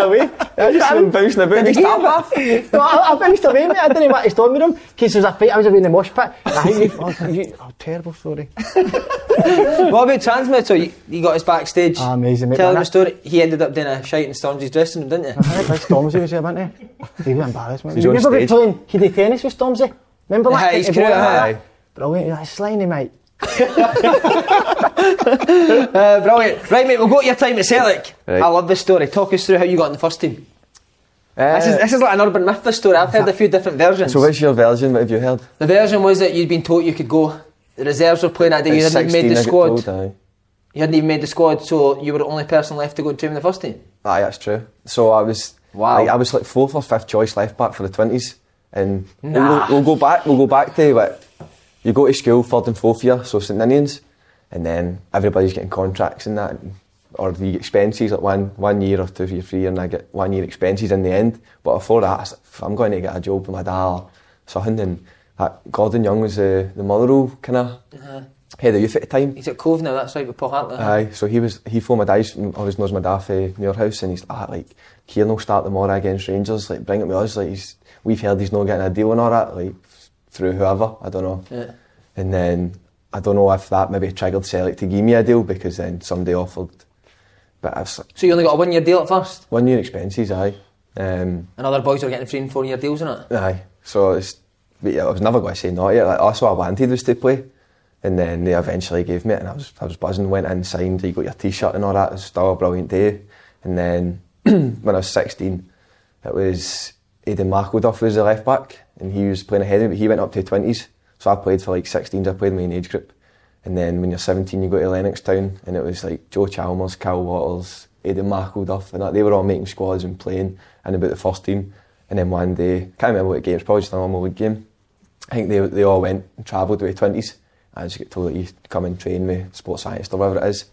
S7: away. I just saw him bouncing about. He's like,
S1: no, I, I bounced away, mate. I didn't want to stand with him. In case there was a fight, I was away in the mosh pit. I think we, oh, you, oh, terrible, sorry.
S5: what about Transmit? So you, you got us backstage.
S1: Ah, amazing, mate.
S5: Tell
S1: Like
S5: him a
S1: that.
S5: story. He ended up doing a shite in Stormzy's dressing room, didn't he?
S1: Like Stormzy was there, wasn't he? He was embarrassed, wasn't
S5: He's
S1: he?
S5: on
S1: Remember we
S5: stage.
S1: playing kiddie tennis with Stormzy? Remember that?
S5: Aye, he's
S1: Kiddie ball
S5: great,
S1: and all
S5: aye.
S1: that? Brilliant, you're like, slimy, mate.
S5: uh, brilliant. Right, mate, we'll go to your time at Celtic.
S7: Right.
S5: I love this story. Talk us through how you got in the first team.
S7: Uh,
S5: this, is, this is like an urban myth, this story. I've heard a few different versions.
S7: So what's your version? What have you heard?
S5: the version was that you'd been told you could go, the reserves were playing that day, you
S7: At
S5: hadn't even
S7: 16,
S5: made the
S7: I got
S5: squad.
S7: told, aye.
S5: You hadn't even made the squad, so you were the only person left to go and train in the first team.
S7: Aye, that's true. So I was wow. I was like fourth or fifth choice left back for the twenties, and
S5: Nah.
S7: we'll, we'll go back. We'll go back to what you go to school third and fourth year, so St Ninians, and then everybody's getting contracts and that, and- or the expenses like one one year or two year, three year, and I get one year expenses in the end. But before that, I was like, "F- I'm going to get a job with my dad or something. And that Gordon Young was the, the Motherwell kind of
S5: Uh-huh.
S7: head of youth at the time.
S5: He's at Cove now, that's right, with Paul Hartley.
S7: Aye, so he was he phoned my dad, he's- always knows my dad for your house, and he's ah, like, Kieran will start tomorrow against Rangers, like, bring it with us, like, he's, we've heard he's not getting a deal and all that, like, through whoever, I don't know.
S5: Yeah.
S7: And then, I don't know if that maybe triggered Celtic to give me a deal, because then somebody offered, but I was like,
S5: So you only got a one year deal at first,
S7: one year expenses, aye. Um,
S5: and other boys are getting three and four year deals in it.
S7: Aye. So it's, but yeah, I was never going to say no. Yeah, like, that's what I wanted was to play. And then they eventually gave me it, and I was, I was buzzing. Went in, signed, you got your T-shirt and all that. It was still a brilliant day. And then when I was 16, it was Aidan Markelduff was the left back, and he was playing ahead of me, but he went up to 20s. So I played for like 16s, I played in my age group. And then when you're 17, you go to Lennox Town, and it was like Joe Chalmers, Cal Waters, Aidan Markelduff, and that. They were all making squads and playing and about the first team. And then one day, can't remember what game, it's probably just a normal league game. I think they, they all went and travelled to the 20s. I just get told that you come and train with sports scientist or whatever it is.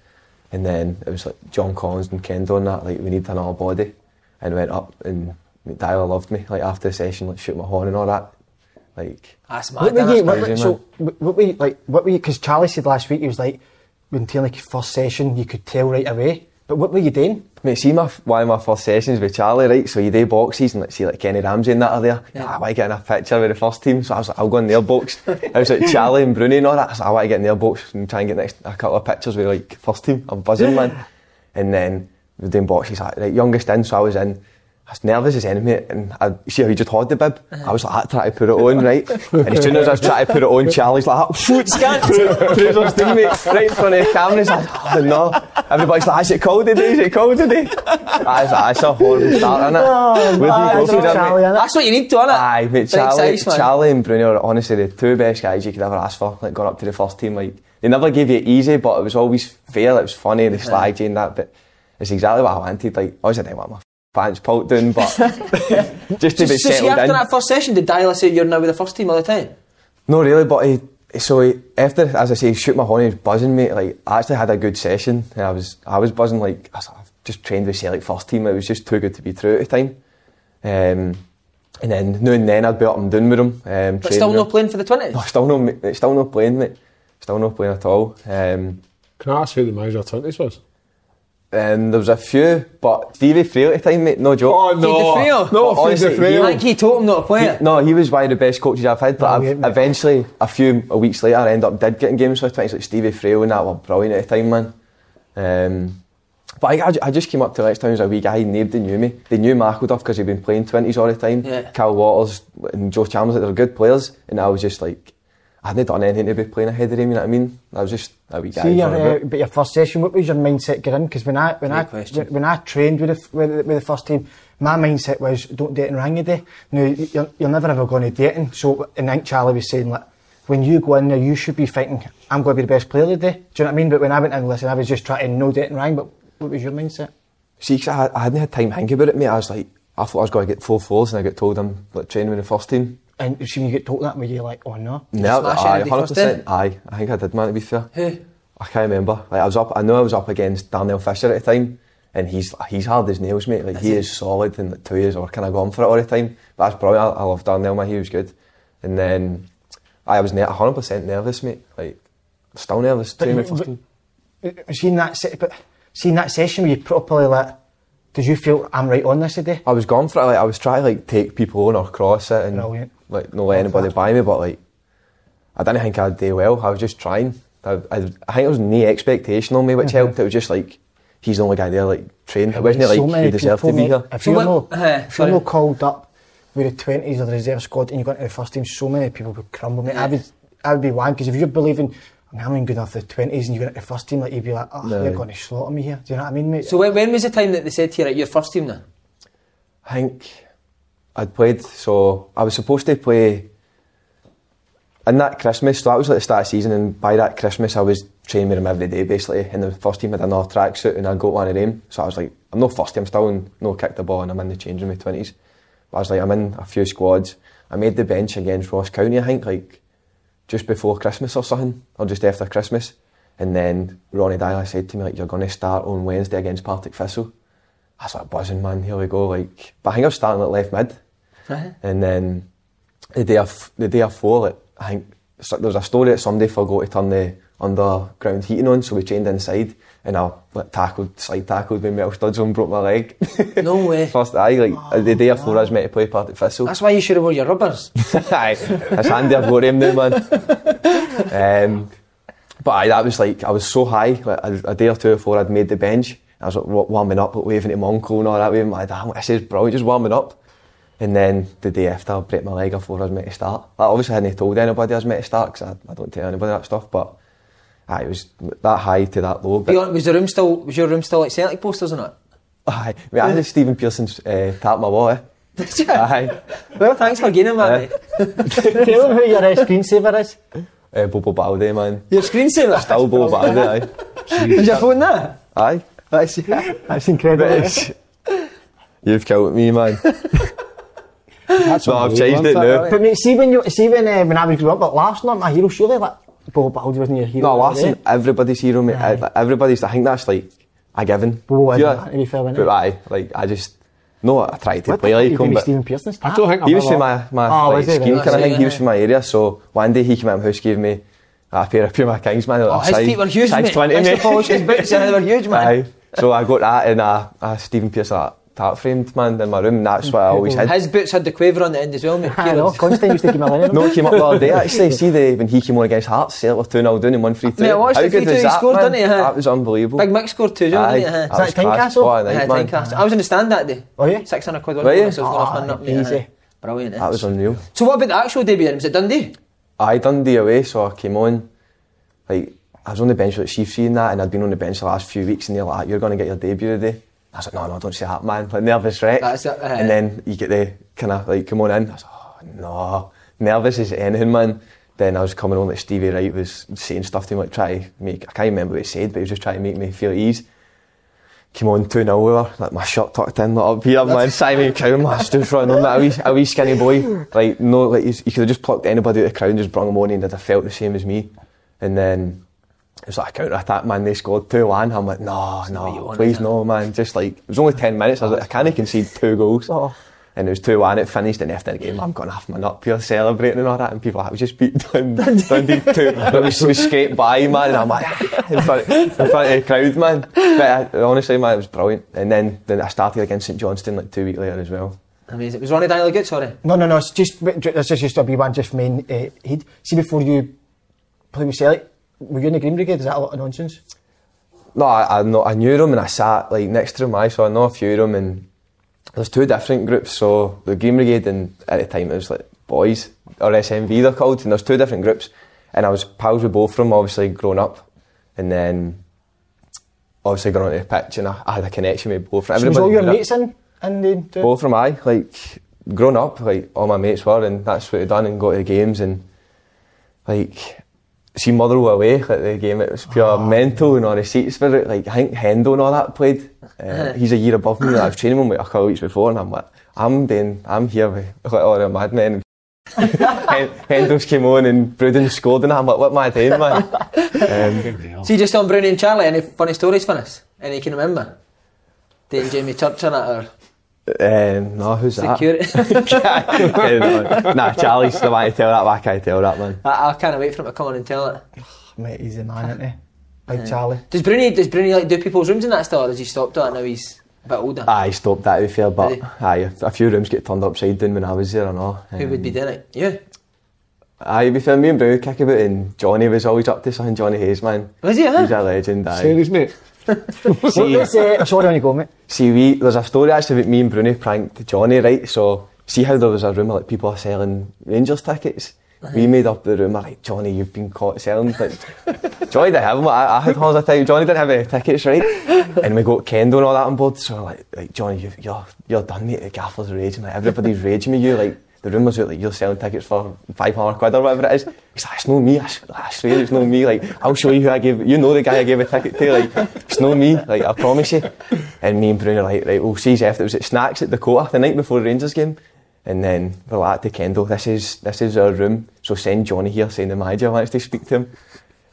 S7: And then it was like John Collins and Kendall and that, like, we need another body. And went up and McDowell loved me. Like, after the session, like, shoot my horn and all that. Like,
S5: That's
S1: What were you, what, were- so, what what were you, like, what were you, because Charlie said last week, he was like, when Tielic's first session, you could tell right away. But what were you doing?
S7: Mate, see my one of my first sessions with Charlie, right? So you do boxes and like see like Kenny Ramsey and that are there. Yeah. I want to get in a picture with the first team, so I was like, I'll go in their box. I was like Charlie and Bruni and all that. I was like, I want to get in their box and try and get next a couple of pictures with like first team. I'm buzzing, man. And then we we're doing boxes. Like, right, youngest in, so I was in. I was nervous as any mate, and I see how he just had the bib. I was like, I try to put it on, right? And as soon as I was trying to put it on, Charlie's like, "Ah, shoot, scant, trousers down, mate, right in front of the camera. He's like, oh, no. Everybody's like, is it cold today? Is it cold today? I was like, it's a horrible start, innit?
S5: Oh,
S7: Where do you
S5: man,
S7: go for that, mate?
S5: That's what you need to, innit?
S7: Aye, mate,
S5: Big
S7: Charlie,
S5: size, man.
S7: Charlie and Bruno are honestly the two best guys you could ever ask for. Like going up to the first team, like they never gave you it easy, but it was always fair. It was funny, they slide you and that. But it's exactly what I wanted. Like obviously I didn't want my pants pulled down, but just to
S5: So,
S7: be
S5: so see,
S7: settled
S5: after
S7: in.
S5: that first session, did Dyla say you're now with the first team all the time?
S7: No, really, but he. So he, after, as I say, shoot my horn, he was buzzing, mate. Like I actually had a good session, and I was, I was buzzing. Like I was like, I've just trained with Celtic first team. It was just too good to be true at the time. Um, and then now and then I'd be up and down with him. Um,
S5: But
S7: training
S5: still
S7: with
S5: no
S7: him.
S5: playing for the 20s?
S7: No, still no, it's still no playing, mate. Still no playing at all. Um,
S9: Can I ask who the manager of twenties was?
S7: Um, there was a few, but Stevie Frail at the time, mate, no joke.
S9: Oh, no. Steve DeFreel. No, Steve DeFreel. I think
S5: he taught him not to play
S7: it. No, he was one of the best coaches I've had, but
S9: Oh,
S7: I've, eventually, a few weeks later, I ended up did getting games with 20s, like Stevie Frail and that were brilliant at the time, man. Um, but I, I just came up to Lextown as a wee guy, near they knew me. They knew Markleduff because he'd been playing 20s all the time.
S5: Yeah.
S7: Cal Waters and Joe Chalmers, like, they were good players. And I was just like, I hadn't done anything to be playing ahead of him, you know what I mean? I was just a wee guy.
S1: See,
S7: running
S1: your, uh,
S7: about.
S1: but your first session, what was your mindset going in? Because when I when
S7: Great
S1: I
S7: question.
S1: when I trained with the, f- with, the- with the first team, my mindset was don't date and ring a day. Now y- you're, you're never ever going to dating. So and I think Charlie was saying like, when you go in there, you should be thinking I'm going to be the best player today. Do you know what I mean? But when I went in, listen, I was just trying to no dating ring. But what was your mindset?
S7: See, 'cause I, I hadn't had time to think about it, mate. I was like, I thought I was going to get four fours and I got told I'm like, training with the first team.
S1: And as soon as you get told that, were you like, oh no?
S7: No, aye, 100%. Aye, I think I did, man, to be fair.
S1: Who?
S7: I can't remember. Like, I was up, I know I was up against Daniel Fisher at the time, and he's he's hard as nails, mate. Like, he is solid and like, two years or kind of gone for it all the time. But that's brilliant. I, I love Daniel, man. He was good. And then I was ne- 100% nervous, mate. Like, still nervous.
S1: But
S7: doing my
S1: you-
S7: first
S1: but-
S7: team.
S1: Seeing that, se- but seeing that session, were you properly like, did you feel I'm right on this today?
S7: I was gone for it. Like, I was trying to like take people on or cross it and
S1: Brilliant.
S7: like not let anybody buy me. But like, I didn't think I'd do well. I was just trying. I, I, I think it was no expectation on me,
S1: Mm-hmm.
S7: which helped. It was just like he's the only guy there like trained. It wasn't
S1: So
S7: like
S1: many
S7: you deserve to
S1: people,
S7: be
S1: mate,
S7: here.
S1: If you're, not, if you're not called up with the twenties or the reserve squad and you go into the first team, so many people would crumble. Mate, I would, I would be one because if you're believing, I mean, I'm not good enough for the twenties, and you go into the first team, like you'd be like, oh,
S5: No.
S1: you're going to slaughter me here. Do you know what I mean, mate?
S5: So when, when was the time that they said to you, right, your first team now?
S7: I think I'd played, so I was supposed to play in that Christmas, so that was like the start of the season, and by that Christmas I was training with him every day basically, and the first team had another tracksuit and I got one of them, so I was like, I'm not first team still, and no kick the ball, and I'm in the change room with 20s, but I was like, I'm in a few squads, I made the bench against Ross County I think, like, just before Christmas or something, or just after Christmas, and then Ronnie Dyla said to me, like, you're going to start on Wednesday against Partick Thistle, I was like buzzing, man. Here we go. Like, but I think I was starting at left mid,
S5: Right.
S7: and then the day of the day before, like, I think so- there was a story that somebody forgot to turn the underground heating on, so we trained inside, and I like, tackled, slide tackled with metal studs on, broke my leg.
S5: no way. Oh,
S7: First, I like the day before I was meant to play part at Thistle.
S5: That's why you should have worn your rubbers.
S7: Aye, that's handy. I've got him now, man. Um, but aye, that was like I was so high. Like a, a day or two before I'd made the bench, I was like wa- warming up, like, waving to my uncle and all that. Waving like, damn, this is brilliant, just warming up. And then the day after, I broke my leg before I was meant to start. Like, obviously, I hadn't told anybody I was meant to start because I, I don't tell anybody that stuff. But aye, it was that high to that low. But
S5: was the room still? Was your room still like Celtic posters or not?
S7: aye, I, mean, I had Stephen Pearson's uh, tap my wall. Eh? aye,
S5: Well, thanks for getting that.
S1: Tell them who your uh, screensaver is.
S7: uh, Bobo Balde, man.
S5: Your screensaver.
S7: Still Bobo Balde,
S1: e,
S7: aye.
S5: Is your phone that?
S7: Aye. That's,
S1: That's incredible.
S7: You've killed me, man. That's no, I've changed it now.
S1: But mate, see when you see when uh, when I was growing up, like last not my hero, surely like Bob Baldy wasn't your hero.
S7: No,
S1: like,
S7: Larson,
S1: eh?
S7: everybody's hero, mate. I- like, Everybody's, I think that's like a given.
S1: Well, what is
S7: Yeah.
S1: that, to be fair, innit?
S7: But aye, like, I just, no, I tried to
S1: What
S7: play
S1: the fuck
S7: like
S1: you
S7: him,
S1: doing with
S7: but
S1: Stephen Pearson?
S7: I don't think
S1: I've
S7: he was
S1: ever-
S7: from my, my
S5: Ah,
S1: Oh,
S7: like,
S1: was he,
S7: scheme
S1: right?
S7: kind of thing. He was
S1: Yeah.
S7: from my area, so one day he came out of the house, gave me a pair of Puma Kings, man.
S5: Oh, his feet were huge,
S7: size
S5: mate.
S7: 20,
S5: That's the
S7: mate.
S5: polish his boots, and they were huge, man.
S7: Aye. So I got that and a, a Stephen Pearson like, tart framed, man, in my room, and that's what I always had.
S5: His boots had the quaver on the end as well, mate.
S7: I know,
S1: Constantine used to keep my linen
S7: No, it came up the other day actually. See the when he came on against Hearts, Celtic were two 0 down and one three two.
S5: Mate, I watched
S7: How
S5: the
S7: good
S5: 3-2
S7: was
S5: he
S7: that,
S5: scored,
S7: man?
S5: didn't he, huh?
S7: That was unbelievable.
S5: Big Mick scored two, didn't
S7: Aye,
S5: he?
S7: that Is that was Tyne class. Castle? What a night,
S5: Aye,
S7: man.
S5: Tyne Castle. I was in the stand that day. Oh yeah. Six hundred quid. on
S7: Were
S5: it,
S7: you?
S5: So I was going
S7: Oh,
S5: off my nut, mate.
S7: easy.
S5: aye. Brilliant. eh?
S7: That was unreal.
S5: So what about the actual debut? then? Was it Dundee?
S7: I done the away, so I came on. Like I was on the bench with Chief seeing that, and I'd been on the bench the last few weeks, and they're like, "You're going to get your debut today." I was like, "No, no, don't say that, man." Like nervous, right?
S5: That's it, eh? aye.
S7: And then you get the kind of like, "Come on in." I was like, "Oh no, nervous as anything, man." Then I was coming on like Stevie Wright was saying stuff to me like try to make I can't remember what he said, but he was just trying to make me feel at ease. Came on two an hour, like my shirt tucked in, like up here, man. Simon Cowell, I stood front on that a wee, a wee skinny boy. Like, no, like, you, you could have just plucked anybody out of the crowd and just brung him on and they'd have felt the same as me. And then it was like a counter attack, man. They scored 2 1. I'm like, no, no, please, no, man. Just like, it was only 10 minutes. I was like, I can't concede two goals.
S5: Oh.
S7: And it was 2 1, it finished, and after the game, I'm going off my nut pure celebrating and all that. And people are like, we just beat Dun- Dundee 2. But we, we skate by, man, and I'm like, in front, in front of the crowd, man. But I, honestly, man, it was brilliant. And then, then I started against St Johnston like two weeks later as well.
S5: Amazing. Was Ronnie Daniel good? Sorry.
S1: No, no, no. It's just but ju- that's just used to be one. Just main. Uh, he'd see before you play with Celtic. Were you in the Green Brigade? Is that a lot of nonsense?
S7: no, I, I, know, I knew them and I sat like next to them, I so I know a few of them and there's two different groups. So the Game Brigade and at the time it was like boys or SMV they're called, and there's two different groups. And I was pals with both of them, obviously growing up, and then obviously going onto the pitch, and I, I had a connection with both. of them.
S1: So was all
S7: Everybody
S1: your
S7: knew that.
S1: mates in? And then do-
S7: Both from I, like grown up, like all my mates were, and that's what they done and go to the games and like see Motherwell away, like the game it was pure
S5: Ah.
S7: mental and on the seats for it. Like I think Hendo and all that played.
S5: Eh.
S7: Uh, he's a year above me. I've trained him like a couple of weeks before, and I'm like, I'm doing, I'm here oh, with like, all the madmen. Hen- Hendo's came on and Bruden scored, and I'm like, what am I doing, man? Um,
S5: Eh. See, just on Bruni and Charlie, any funny stories for us? Any you can remember? Dating Jamie Church in it or
S7: um, no, who's that?
S5: security?
S7: Um, nah, Charlie's the man to tell that. but I can't tell that man.
S5: I, I can't wait for him to come on and tell it.
S1: Mate, he's a man, isn't he?
S5: Yeah.
S1: Big Charlie.
S5: Does Bruni does Bruni like do people's rooms and that still, or has he stopped that now he's a bit older?
S7: Aye, Ah, stopped that to be fair, but aye, a few rooms get turned upside down when I was there, I know. Um,
S5: Who would be doing it? You?
S7: Aye, to be fair, me and Brew kick about, and Johnny was always up to something. Johnny Hayes, man.
S5: Was he, huh?
S7: He's a legend. Aye.
S9: Serious, mate.
S7: See,
S1: Say- sorry on you go, mate.
S7: see, we there's a story actually about me and Bruni pranked Johnny, right? So, see how there was a rumour like people are selling Rangers tickets. We made up the rumour like Johnny, you've been caught selling. Like, Johnny didn't have them. I, I had all the time. Johnny didn't have any tickets, right? And we got Kendo and all that on board. So we're like, like Johnny, you've, you're you're done, mate. The gaffer's raging. Like everybody's raging with you. Like the rumours out like you're selling tickets for five hundred quid or whatever it is. He's like, it's not me. I, s- I swear it's not me. Like I'll show you who I gave. You know the guy I gave a ticket to. Like it's not me. Like I promise you. And me and Bruno are like, right, we'll see if it was at snacks at Dakota the night before the Rangers game. And then we're like to Kendall, this is this is our room. So send Johnny here, saying the manager wants to speak to him.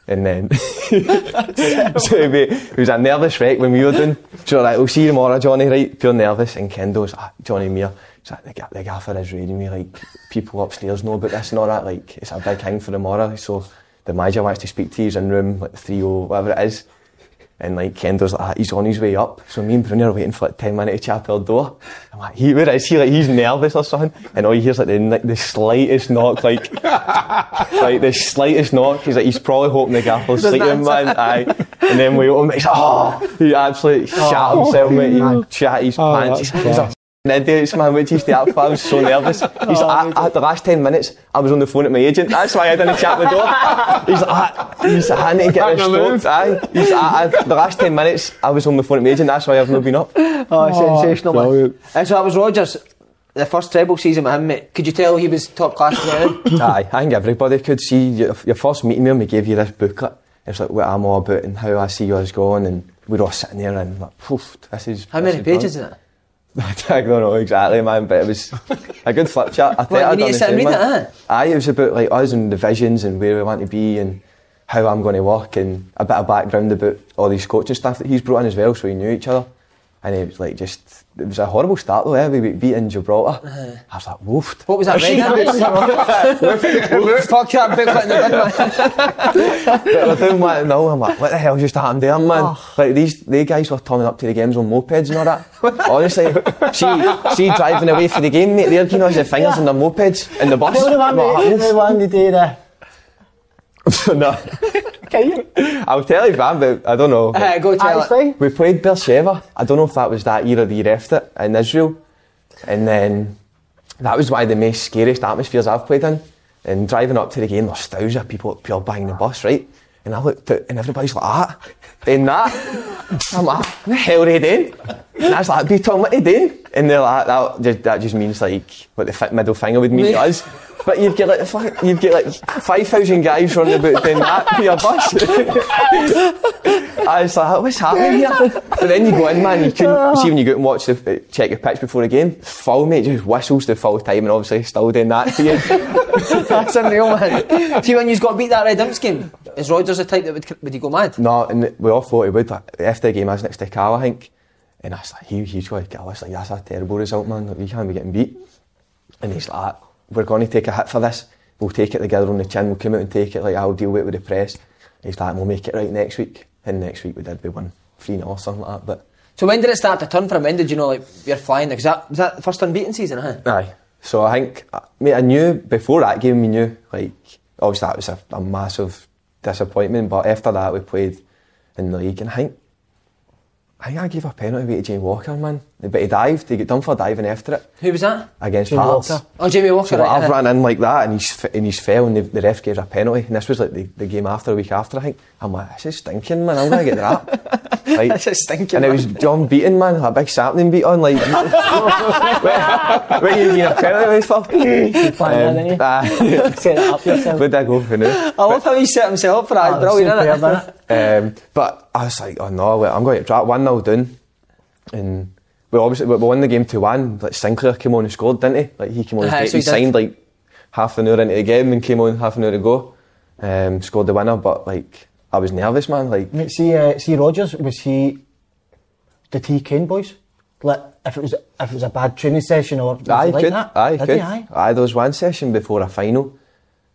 S7: And then so we, it was a nervous wreck when we were doing. So we're like, we'll see you tomorrow, Johnny, right? Pure nervous. And Kendall's, ah, Johnny Muir. So the, ga- the gaffer is reading me, like, people upstairs know about this and all that. Like, it's a big thing for tomorrow. So the manager wants to speak to you. He's in room, like, 30, whatever it is. And like Kendall's like, ah, he's on his way up. So me and Bruno are waiting for like 10 minutes to chapel door. I'm like, he, where is he? Like, he's nervous or something. And all you hear is like the, like, the slightest knock, like, like the slightest knock. He's like, he's probably hoping the gaffer's
S12: Doesn't
S7: sleeping,
S12: answer.
S7: man. Aye. And then we open, he's like, oh, he absolutely shat
S12: Oh.
S7: himself, mate.
S12: Oh.
S7: He shat his
S12: Oh,
S7: pants.
S12: that's
S7: He's- he's a
S12: class.
S7: and idiots, man, which used to happen. I was so nervous. He's
S5: Oh,
S7: like, I, I, the last 10 minutes, I was on the phone at my agent. That's why I didn't chat the door. He's like, I, he's like, I need to get
S12: Hang on,
S7: this stopped. Aye. He's like, I, I, the last 10 minutes, I was on the phone at my agent. That's why I've not been up.
S5: Oh, sensational, man. Uh, so that was Rogers. The first treble season with him, mate. Could you tell he was top class then?
S7: Aye, I think everybody could see your, your first meeting with him, he gave you this booklet. It's like what I'm all about and how I see you as going and we're all sitting there and like, poof, this is...
S5: How many pages is it?
S7: I don't know exactly, man, but it was a good flip chat. I think
S5: Well, you
S7: I'd
S5: need to
S7: done the
S5: sit and
S7: same,
S5: read
S7: man.
S5: that, eh?
S7: Aye, it was about like us and the visions and where we want to be and how I'm going to work and a bit of background about all these coaching staff that he's brought in as well, so we knew each other. And it was like just, it was a horrible start though, eh? We beat- beating Gibraltar. I was like, woofed.
S5: Uh-huh. What was that red Fuck that booklet in the bin, man.
S7: But we're doing one now. I'm like, what the hell just happened there, man? Like these, they guys were turning up to the games on mopeds and all that. Honestly, she, she driving away for the game, mate. They're giving us their fingers on their mopeds in the bus.
S1: Tell the one,
S7: What
S1: mate. Tell the one the day the-
S7: no, I'll tell you, man, but I don't know.
S5: Uh, go tell
S1: Aye, it's fine.
S7: We played Beersheba. I don't know if that was that year or the year after in Israel, and then that was one of the most scariest atmospheres I've played in. And driving up to the game, there's thousands of people at pure banging the bus, right? And I looked at, and everybody's like, ah, then that. I'm like, what the hell are they doing? And I was like, be Tom, what are they doing? And they're like, that just, that just means like what the fit middle finger would mean to us. But you've got like, fuck- you've got like 5,000 guys running about doing that to your bus. I was like, what's happening here? But then you go in, man, you couldn't see when you go out and watch the uh, check the pitch before the game. Full mate just whistles the full time, and obviously still doing that to you.
S5: That's unreal, man. See, when you've got to beat that Red Imps game, is Rogers the type that would, would he go mad?
S7: no, and we all thought he would. After the game, I was next to Carl, I think, and I was like, he, he's going to get. I was like, that's a terrible result, man. Like, we can't be getting beat. And he's like, we're going to take a hit for this. We'll take it together on the chin. We'll come out and take it. Like I'll deal with it with the press. He's like, we'll make it right next week. And next week we did. We won three 0 or something like that. But
S5: So when did it start to turn for him? When did you know, like, you're flying there? Because that, was that the first unbeaten season, huh?
S7: Aye. So I think, uh, mate, I knew before that game, we knew, like, obviously that was a, a massive disappointment, but after that we played in the league, and I think I think I gave a penalty away to Jamie Walker, man. But he dived, he got done for diving after it.
S5: Who was that?
S7: Against
S5: Jamie
S7: Hearts.
S5: Walker. Oh, Jamie Walker,
S7: So like,
S5: right,
S7: I've
S5: yeah.
S7: ran in like that and he's, f- and he's fell and the, the ref gave a penalty. And this was like the, the game after, the week after, I think. I'm like, this is stinking, man. I'm going to get that. Like, this is stinking. And it was John Beaton, man. A big sapling beat on. Like, what you getting a penalty away for?
S5: You planned that, didn't you?
S7: Um, aye.
S5: Set it up yourself.
S7: Where'd I go for now?
S5: I love how he set himself up for
S7: Ah,
S5: that. Brilliant, isn't it?
S7: um, but I was like, oh no, like, I'm going to drop 1 0 down. And we obviously we we won the game 2 1. Like Sinclair came on and scored, didn't he? Like he came on and
S5: Aye,
S7: scored.
S5: so
S7: he
S5: he did.
S7: signed like half an hour into the game and came on half an hour to go. Um, scored the winner, but like I was nervous, man. Like
S1: Mate, see, uh, see Rogers was he? Did he cane boys? Like if it was if it was a bad training session or was
S7: I
S1: it like
S7: could,
S1: that?
S7: I
S1: did
S7: could.
S1: He, aye?
S7: Aye, there was one session before a final.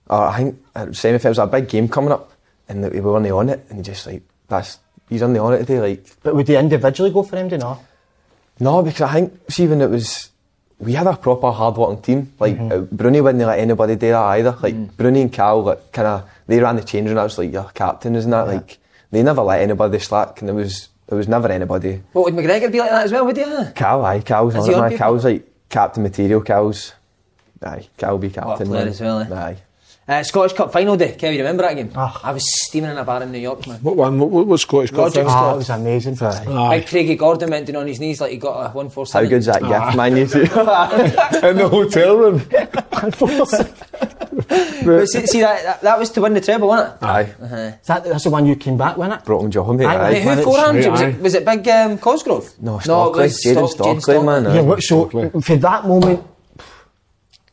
S7: Or I think uh, semi final was a big game coming up, and that we weren't on it, and he just like that's he's on the on it today, like.
S1: But would they individually go for him? Do you know?
S7: No, because I think see when it was we had a proper hard working team. Like
S5: Mm-hmm.
S7: uh, Bruni wouldn't let anybody do that either. Like
S5: Mm.
S7: Bruni and Cal like kinda they ran the change and that was like your captain, isn't that? Like they never let anybody slack and there was there was never anybody
S5: What would McGregor be like that as well, would he? huh?
S7: Cal, aye, Cal's
S5: Is
S7: on
S5: he
S7: it,
S5: on
S7: man.
S5: people?
S7: Cal's like captain material, Cal's aye, Cal be
S5: What a
S7: captain.
S5: player
S7: man.
S5: as well, eh?
S7: Aye.
S5: Uh, Scottish Cup final day. Kev, you remember that game?
S1: Ah.
S5: I was steaming in a bar in New York, man.
S9: What one? What, what, what Scottish Cup
S5: Roger
S9: final?
S5: Scott. Ah, it
S1: was amazing.
S5: Big Craigie Gordon went down on his knees like he got a one four
S7: Ah. How
S5: seven.
S7: good's that gift, man? You see?
S1: Ah.
S9: In the hotel room.
S5: But see, see that, that that was to win the treble, wasn't it?
S7: Aye.
S5: Uh-huh.
S1: Is That, that's the one you came back, wasn't it?
S7: Brought him John, mate.
S5: Hey,
S7: aye.
S5: who forearmed you? Was it, was it Big um, Cosgrove?
S7: No,
S5: it
S7: Stockley,
S5: was
S7: Jaden
S5: Stock- Jaden
S7: Stockley, man. aye.
S1: yeah, what, so for that moment,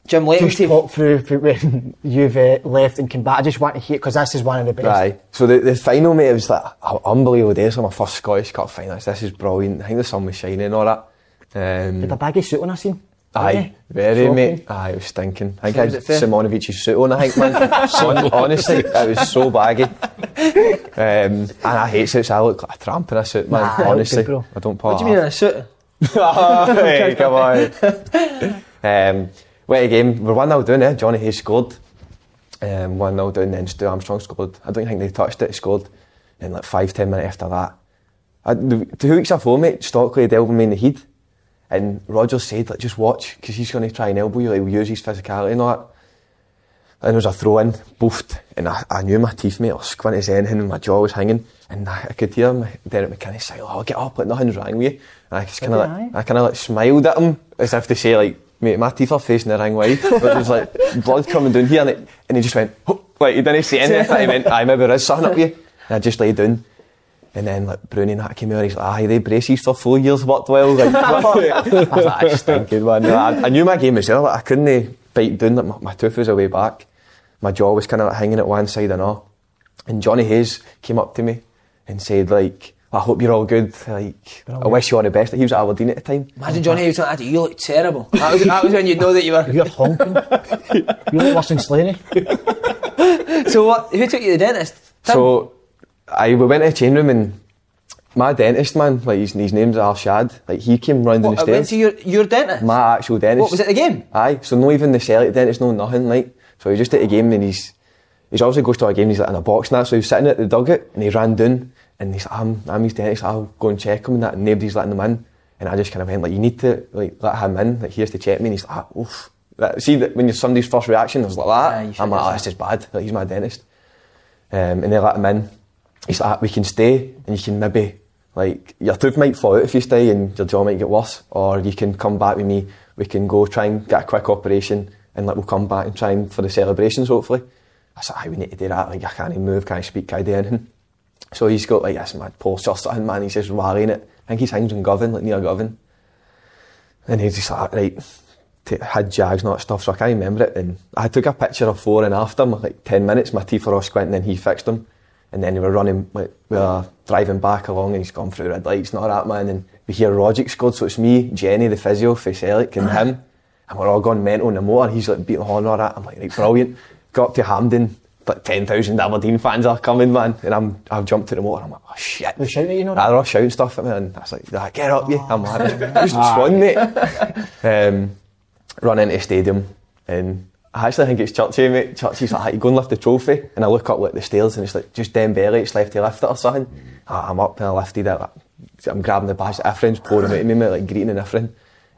S5: Jim Leighton
S1: just talk through for when you've uh, left and came back. I just want to hear because this is one of the best.
S7: Aye. So the, the final, mate, it was like an unbelievable day. It's like my first Scottish Cup final. It's- This is brilliant. I think the sun was shining and all that. Um,
S1: The baggy suit when I seen.
S7: Aye, very
S1: Shocking.
S7: mate. Aye, it was stinking. I think
S1: So
S7: I
S1: was
S7: had
S1: it fair?
S7: Simonovic's suit on. I think man. Hon- honestly, it was so baggy. Um, and I hate suits. I look like a tramp in a suit, man.
S5: Nah, I look
S7: honestly,
S5: good, bro.
S7: I don't part.
S5: What do you mean in a suit?
S7: Oh, hey, come on. Um, what a game. We're 1 0 down, eh? Johnny Hayes scored. Um, 1 0 down, then Stu Armstrong scored. I don't think they touched it, he scored. And like five, ten minutes after that. I, the, two weeks before, mate, Stockley had elbowed me in the head. And Rogers said, like, just watch, because he's going to try and elbow you. Like, he'll use his physicality and all that. And there was a throw in, boofed, and I, I knew my teeth, mate, I was squint as anything, and my jaw was hanging, and I, I could hear my, Derek McKinney say, oh, get up, like, nothing's wrong with you. And I just kind of like, I kind of like smiled at him, as if to say, like, mate, my teeth are facing the wrong way, but there's like blood coming down here, and, it, and he just went, oh, like, he didn't say anything, I went, aye, maybe there is something up with you. And I just lay down. And then like Bruni and that came out, he's like, aye, they braces for four years worked well. Like, I was like, "That's stinking, man. I, I knew my game was there, like, I couldn't eh, bite down, like, my, my tooth was away back. My jaw was kind of like, hanging at one side and all. And Johnny Hayes came up to me and said, like, I hope you're all good. Like, I wish you all the best. He was at Aberdeen at the time.
S5: Imagine Johnny Hayes like that. You look terrible. That was, that was when you'd know that you were. You're
S1: honking. you look worse than Slaney.
S5: so what? Who took you to the dentist? Tim?
S7: So I we went to the chain room and my dentist man, like his, his name's Al Shad, like he came round on
S5: What,
S7: the
S5: I went
S7: stairs.
S5: to your, your dentist.
S7: My actual dentist.
S5: What, was it the game?
S7: Aye, so not even the Celtic dentist, no nothing, like. So he just at a game and he's, he's obviously goes to a game and he's like in a box now, so he's sitting at the dugout and he ran down and he's like, I'm, I'm his dentist, I'll go and check him and that, and nobody's letting him in. And I just kind of went like, you need to like let him in, like he has to check me and he's like, ah, oof. That, see, that when you're somebody's first reaction is like that, I'm like, oh, this is bad, like, he's my dentist. Um, and they let him in. He's like, "Ah, we can stay and you can maybe, like, your tooth might fall out if you stay and your jaw might get worse, or you can come back with me, we can go try and get a quick operation and, like, we'll come back and try and for the celebrations, hopefully. I said, aye, we need to do that, like, I can't even move, can't speak, can't do anything. So he's got, like, this mad posture sitting, man, he's just rallying it. I think he's hangs in Govan, like, near Govan. And he's just like, right, t- had jags and all that stuff, so I can't remember it. And I took a picture of before and after, my, like 10 minutes, my teeth were all squinting, and he fixed them. And then we were running, like, we were driving back along, and he's gone through red lights and all that, man. And we hear Rogic scored, so it's me, Jenny, the physio, Faselic, and him. And we're all gone mental in the motor. He's like beating the horn and all that. I'm like, right, brilliant. Got up to Hamden, like 10,000 Aberdeen fans are coming, man. And I'm, I've jumped to the motor, I'm like, oh shit. They're
S1: shouting at you, know?
S7: They're all shouting stuff at me, and I was like, "Ah, get up, you. I'm like, who's one, mate? um, run into the stadium and I actually think it's Churchy, mate. Churchy's like, "Ah, you go and lift the trophy. And I look up like the stairs and it's like, just Dembele, it's left to lift it or something. Ah, I'm up and I lifted it. Like, I'm grabbing the bags of Ifrin's, pouring out of me, mate, like greeting and Ifrin.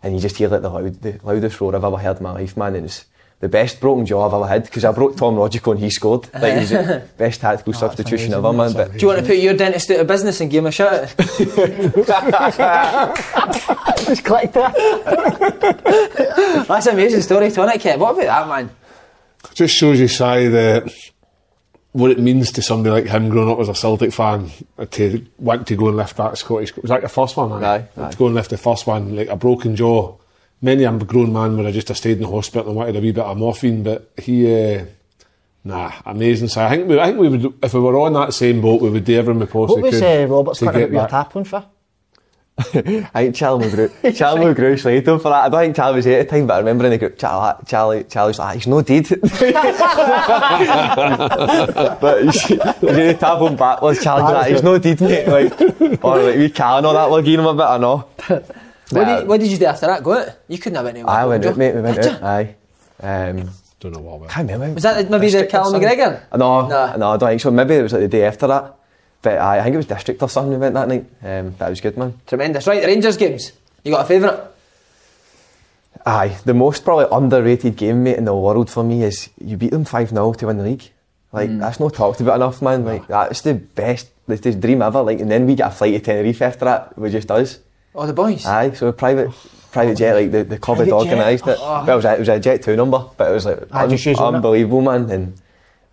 S7: And you just hear like the, loud, the loudest roar I've ever heard in my life, man. And it's the best broken jaw I've ever had because I broke Tom Rogico and he scored. Like, he was the best
S5: Oh,
S7: tactical substitution ever, man. But
S5: Do you want to put your dentist out of business and give him a shout?
S1: Just clicked
S5: that. That's an amazing story, Tony Kit. What about that, man?
S9: Just shows you, Si, the, what it means to somebody like him growing up as a Celtic fan uh, to want to go and lift that Scottish. Was that the first one?
S7: Aye,
S9: aye. To go and lift the first one, like a broken jaw. Many I'm a grown man would have just have stayed in the hospital and wanted a wee bit of morphine, but he, uh, nah, amazing. So I think we, I think we would, if we were on that same boat, we would do everything we possibly
S1: What was
S9: could.
S1: uh, Roberts
S9: to
S1: cutting
S9: get
S1: up your
S9: back.
S1: tapping for?
S7: I think Charlie McGrew, Charlie McGrew slayed him for that. I don't think Charlie was here at the time, but I remember in the group, Charlie, Charlie, Charlie was like, "Ah, he's no dead. but he's, he's going to tap him back. Well, Charlie, was like, he's no dead, mate. Like, or like, we can all that, we're giving him a bit, I know.
S5: What, did, what did you do after that? Go out? You couldn't have went anywhere.
S7: I went out,
S5: Joe.
S7: mate. We went out. Aye. Um,
S9: don't know what. I
S7: can't remember.
S5: Was that maybe the
S7: District or
S5: Callum
S7: something?
S5: McGregor?
S7: No, no, I don't think so. Maybe it was like the day after that. But aye, I think it was District or something we went that night. Um, that was good, man.
S5: Tremendous. Right, the Rangers games. You got a favourite?
S7: Aye, the most probably underrated game, mate, in the world for me is you beat them 5 0 to win the league. Like,
S5: Mm.
S7: that's not talked about enough, man. Like, that's the best, that's the dream ever. Like, and then we get a flight to Tenerife after that with just us.
S5: Oh, the boys?
S7: Aye, so a private private jet, like, the, the club had
S5: Private jet?
S7: organised it.
S5: Oh.
S7: Well, it was, a, it was a Jet 2 number, but it was like
S5: Ah, just using it.
S7: unbelievable, man. And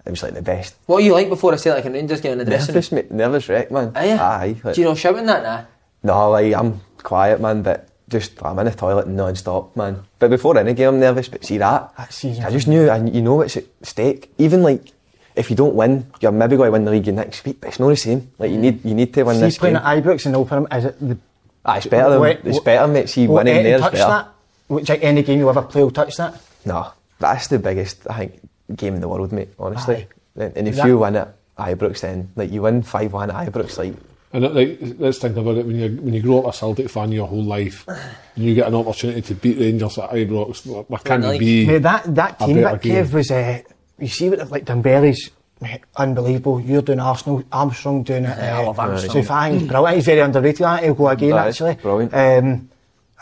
S7: it was like the best.
S5: What are you like before a Celtic and Rangers game in the dressing room?
S7: Nervous, mate, nervous wreck, man.
S5: Are you?
S7: Aye. like-
S5: Do you know shouting that now?
S7: no, like, I'm quiet, man, but just, I'm in the toilet non-stop, man. But before any game, I'm nervous, but see that? I just knew, I, you know it's at stake. Even, like, if you don't win, you're maybe going to win the league next week, but it's not the same. Like, you
S5: Mm.
S7: need, you need to win
S1: See,
S7: this
S1: playing
S7: game.
S1: at Ibrox and opening is it the.
S7: Ah, it's better than,
S1: Wait,
S7: it's
S1: what-
S7: better, mate. See,
S1: Will
S7: winning
S1: Eton
S7: there is
S1: touch
S7: better.
S1: that? Which, like, any game you ever play will touch that?
S7: No, that's the biggest, I think, game in the world, mate, honestly. And and if
S1: That-
S7: you win it, Ibrox then, like, you win 5-1 at Ibrox, like,
S9: And it, like, let's think about it. When you when you grow up a Celtic fan your whole life, and you get an opportunity to beat Rangers at Ibrox, what- what can you be?
S1: Mate, that, that
S9: a
S1: team
S9: better
S1: that
S9: game?
S1: Kev was. Uh, you see what, like, Dembele's mate, unbelievable. You're doing Arsenal, Armstrong doing it.
S5: Yeah, I love Armstrong.
S1: So if I think he's brilliant, he's very underrated. I think he'll go again,
S7: That is
S1: actually.
S7: brilliant.
S1: Um,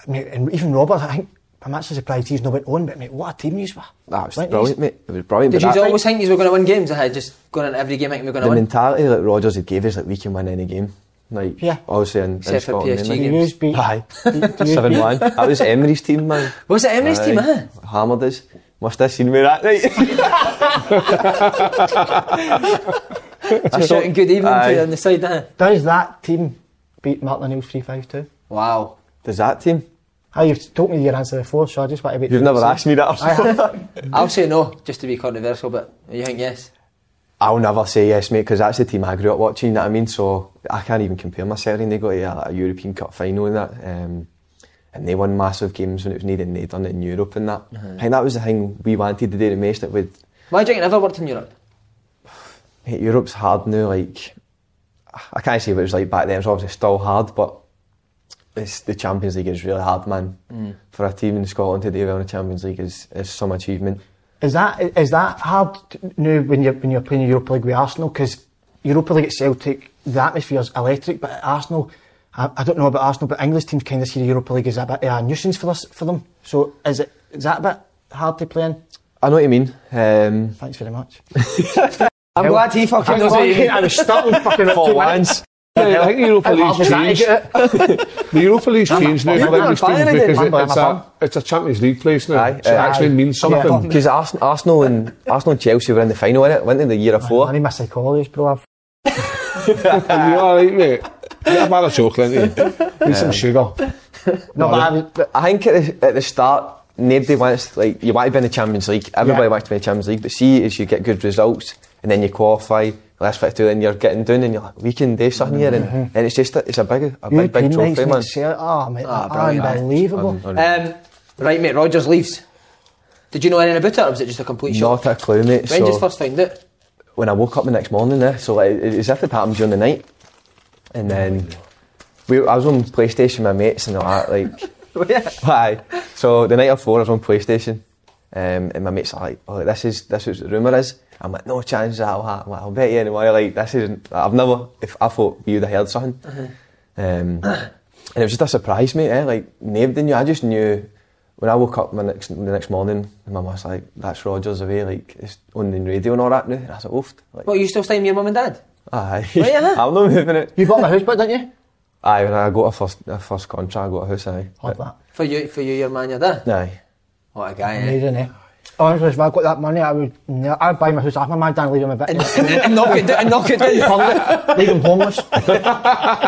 S1: I mean, and even Robert, I think, I'm actually surprised he's not went on, but mate, what a team you were.
S7: that was
S1: Weren't
S7: brilliant,
S1: you-
S7: mate. It was brilliant.
S5: Did
S7: but
S5: you
S7: that-
S5: always think you were going to win games? I had just going into every game thinking we were
S7: the
S5: going to win.
S7: mentality that Rogers had gave us that we can win any game. Like
S5: Yeah.
S7: obviously in, in
S5: Except for
S7: Scotland.
S5: PSG
S7: innit?
S5: games. Yous beat-
S7: Aye.
S5: yous
S7: Seven one. That was Emery's team, man.
S5: Was it Emery's team, huh?
S7: Hammered us. Must have seen me that night.
S5: Just shouting good evening to you on the side there.
S1: Does that team beat Martin O'Neill 352?
S5: Wow.
S7: Does that team?
S1: Oh, you've told me your answer before, so I just want to wait.
S7: You've never asked me that.
S1: I have.
S5: I'll say no, just to be controversial, but you think yes?
S7: I'll never say yes, mate, because that's the team I grew up watching. You know what I mean? So I can't even compare myself. And they got to a, a European Cup final and that, um, and they won massive games when it was needed. and They done it in Europe and that.
S5: Uh-huh.
S7: I think that was the thing we wanted to do the most. That would
S5: My drink never worked in Europe.
S7: Mate, Europe's hard now. Like, I can't say what it was like back then. It was obviously still hard, but it's the Champions League is really hard, man.
S1: Mm.
S7: For a team in Scotland today, winning the Champions League is, is some achievement.
S1: Is that is that hard to know when you're when you're playing the Europa League with Arsenal? Because Europa League at Celtic, the atmosphere's electric, but at Arsenal, I, I don't know about Arsenal, but English teams kind of see the Europa League as a bit of a nuisance for us for them. So is it is that a bit hard to play in?
S7: I know what you mean. Um,
S1: Thanks very much.
S5: I'm
S1: Hell.
S5: glad he fucking
S1: I
S5: knows what you
S1: fucking-
S5: mean.
S1: I was starting fucking
S7: For
S1: two
S7: once.
S1: minutes.
S9: I think the Europa
S1: How hard
S9: League's
S1: was that to
S9: changed.
S1: get it?
S9: The Europa League's
S1: I'm
S9: changed
S1: a-
S9: now
S1: I'm
S9: for
S1: a
S9: English teams
S1: fan again.
S9: because it,
S1: I'm a-
S9: it's,
S1: I'm a
S9: a, it's a Champions League place now, so
S7: uh,
S9: it actually
S7: aye.
S9: means something.
S7: Because Arsenal, Arsenal and Arsenal and Chelsea were in the final, innit? Went in the year before. I
S1: need my psychologist, bro. I've...
S9: Are you alright, mate? Get a bar of chocolate, ain't you? Need some
S7: Um,
S9: sugar.
S7: No, but I, was- but I think at the, at the start, nobody wants like you want to be in the Champions League. Everybody
S9: Yeah.
S7: wants to be in the Champions League, but see, as you get good results and then you qualify, that's what I do, and you're getting down, and you're like, we can do something here, and,
S1: Mm-hmm.
S7: and it's just a, it's a big a big big
S1: European nights
S7: trophy, man.
S1: next year. Oh, mate,
S5: Ah, brilliant.
S1: unbelievable.
S5: Um, right, mate, Rogers leaves. Did you know anything about it, or was it just a complete shock?
S7: Not a clue, mate.
S5: When did you
S7: so-
S5: first find it?
S7: when I woke up the next morning, eh, so like, it, it's as if it happened during the night. And then we, I was on PlayStation with my mates and all that, like, why? So the night before, I was on PlayStation, um, and my mates are like, "Oh, this is this is what the rumor is." I'm like, "Ah, "No "Ah, chance that'll happen." Like, I'll bet you any money. Like, this isn't. I've never. If I thought you'd have heard something. Um, and it was just a surprise, mate. Eh? Like nobody knew. I just knew when I woke up my next the next morning, and my mum was like, "That's Rogers away. Like it's on the radio and all that now." And I was like, "Oof." Like,
S5: What, you still staying with your mum and dad?
S7: Aye.
S5: Right, yeah.
S7: I'm not moving it.
S1: You bought my house, but didn't you?
S7: Aye, when I got a first a first contract, I got a house. Aye. But-
S5: For you, for you, your man, your dad?
S7: Aye.
S5: What a guy, eh?
S1: Amazing, eh? Honestly, if I got that money, I would. No, I'd buy my house off my man down, leave him a bit.
S5: and knock it down, and knock it down.
S1: leave him homeless.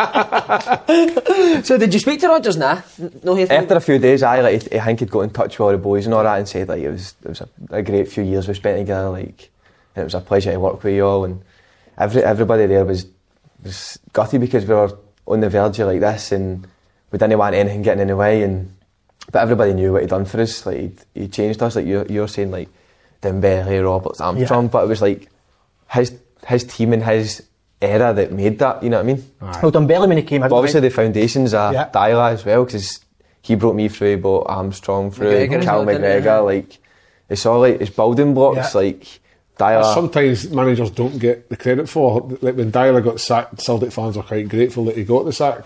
S5: so did you speak to Rogers now? No, he
S7: After a few days, I like I think he'd got in touch with all the boys and all that, and said like it was it was a, a great few years we spent together. Like and it was a pleasure to work with you all, and every everybody there was was gutty because we were on the verge of like this, and we didn't want anything getting in the way, and but everybody knew what he'd done for us. Like he'd, he changed us. Like you you're saying like Dembele, Roberts, Armstrong, but it was like his his team and his era that made that. You know what I mean?
S1: Well, Dumbelli when he came in.
S7: But obviously the foundations are
S1: Yeah.
S7: yeah. as well because he brought me through, he brought Armstrong through,
S1: McGregor as
S7: Cal
S1: well, didn't he?
S7: McGregor. Like it's all like it's building blocks. Like
S9: But
S7: Dyla,
S9: Sometimes managers don't get the credit for. Like when Dyler got sacked, Celtic fans are quite grateful that he got the sack.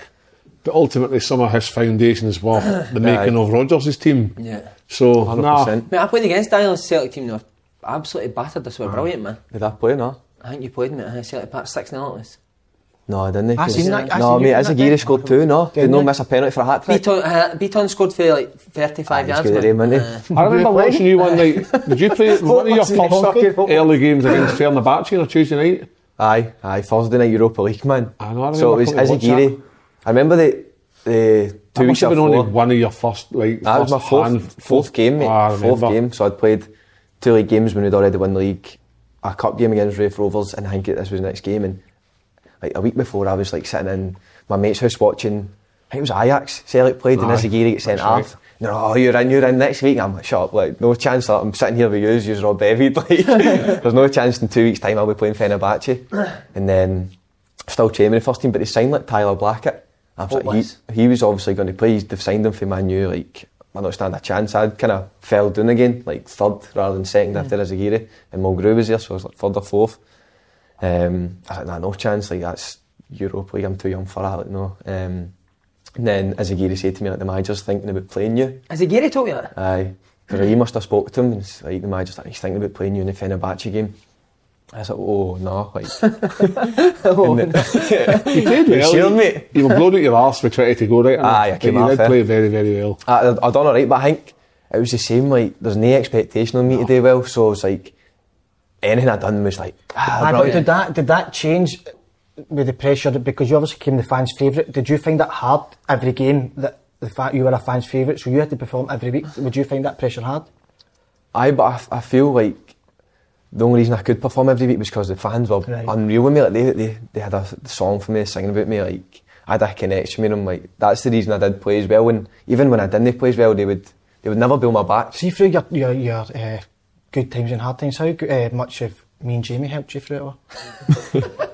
S9: But ultimately, some of his foundations were the
S5: Aye.
S9: making of Rogers' team.
S5: Yeah.
S9: So, nah.
S5: Mate, I played against Dylan's Celtic team, they were absolutely battered, this were brilliant, man.
S7: did I play no?
S5: I think you played, mate, I Celtic Park 6 0 it was.
S7: No, I didn't. eh?
S5: I seen that- I
S7: no,
S5: seen you
S7: mate,
S5: doing that
S7: Azagiri scored two. No, did not miss a penalty for a hat trick.
S5: Beaton, uh, Beaton scored for like 35 yards.
S7: good at eh?
S5: man. Uh,
S7: him, isn't
S5: Aye.
S9: I remember watching you one night. Did you play one of your first early games against Fenerbahce on a Tuesday night?
S7: Aye, aye, Thursday night Europa League, man.
S9: I know. I
S7: so it was
S9: remember coming to watch
S7: Azagiri. I remember the the two
S9: That
S7: weeks
S9: must have been
S7: before.
S9: only one of your first like.
S7: That was
S9: first
S7: my fourth,
S9: hand-
S7: fourth game, mate.
S9: Ah, I
S7: fourth
S9: remember.
S7: game. So I'd played two league games when we'd already won the league, a cup game against Rafe Rovers, and I think this was the next game. And like a week before, I was like sitting in my mate's house watching. I think it was Ajax. Celtic played, and
S9: Aye,
S7: Izagiri gets sent
S9: that's right.
S7: off. And they're like, "Oh, you're in, you're in next week." And I'm like, "Shut up! Like, no chance. Like, I'm sitting here with yous. Yous are all bevied. Like, there's no chance in two weeks' time I'll be playing Fenerbahce." And then still chairman of the first team, but they signed like Tyler Blackett. I'm
S5: What
S7: sorry,
S5: was?
S7: he, he was obviously going to play. He's- They've signed him for Man U. Like I don't stand a chance. I'd kind of fell down again, like third rather than second after Azagiri, and Mulgrew was there, so I was like third or fourth. Um, I was like, nah, no chance. Like that's Europa League. I'm too young for that. Like, no. Um, and then Azagiri said to me, like the manager's thinking about playing you.
S5: Has he Gary told you that?
S7: Aye. Because he must have spoke to him and it's like the manager's like, he's thinking about playing you in the Fenerbahce game. I was like, oh no, like
S5: oh,
S9: You played
S7: You
S9: well.
S7: sure,
S9: you,
S7: mate?
S9: you were blown out your arse with 20 to go, right?
S7: Aye, I
S9: But
S7: came
S9: You
S7: off
S9: did
S7: it.
S9: play very, very well.
S7: I, I done alright, but I think it was the same. Like, there's no expectation on me to do well, so it's like anything I done was like, ah,
S1: Aye, but
S7: brilliant.
S1: did that did that change with the pressure that- because you obviously became the fans' favourite? Did you find that hard every game that the fact you were a fans' favourite, so you had to perform every week? Would you find that pressure hard?
S7: Aye, but I, f- I feel like the only reason I could perform every week was because the fans were
S1: Right.
S7: unreal with me. Like they, they, they had a song for me singing about me. Like I had a connection with them. Like that's the reason I did play as well. And even when I didn't play as well, they would they would never build my back.
S1: See through your your, your uh, good times and hard times. How go- uh, much have me and Jamie helped you through it all?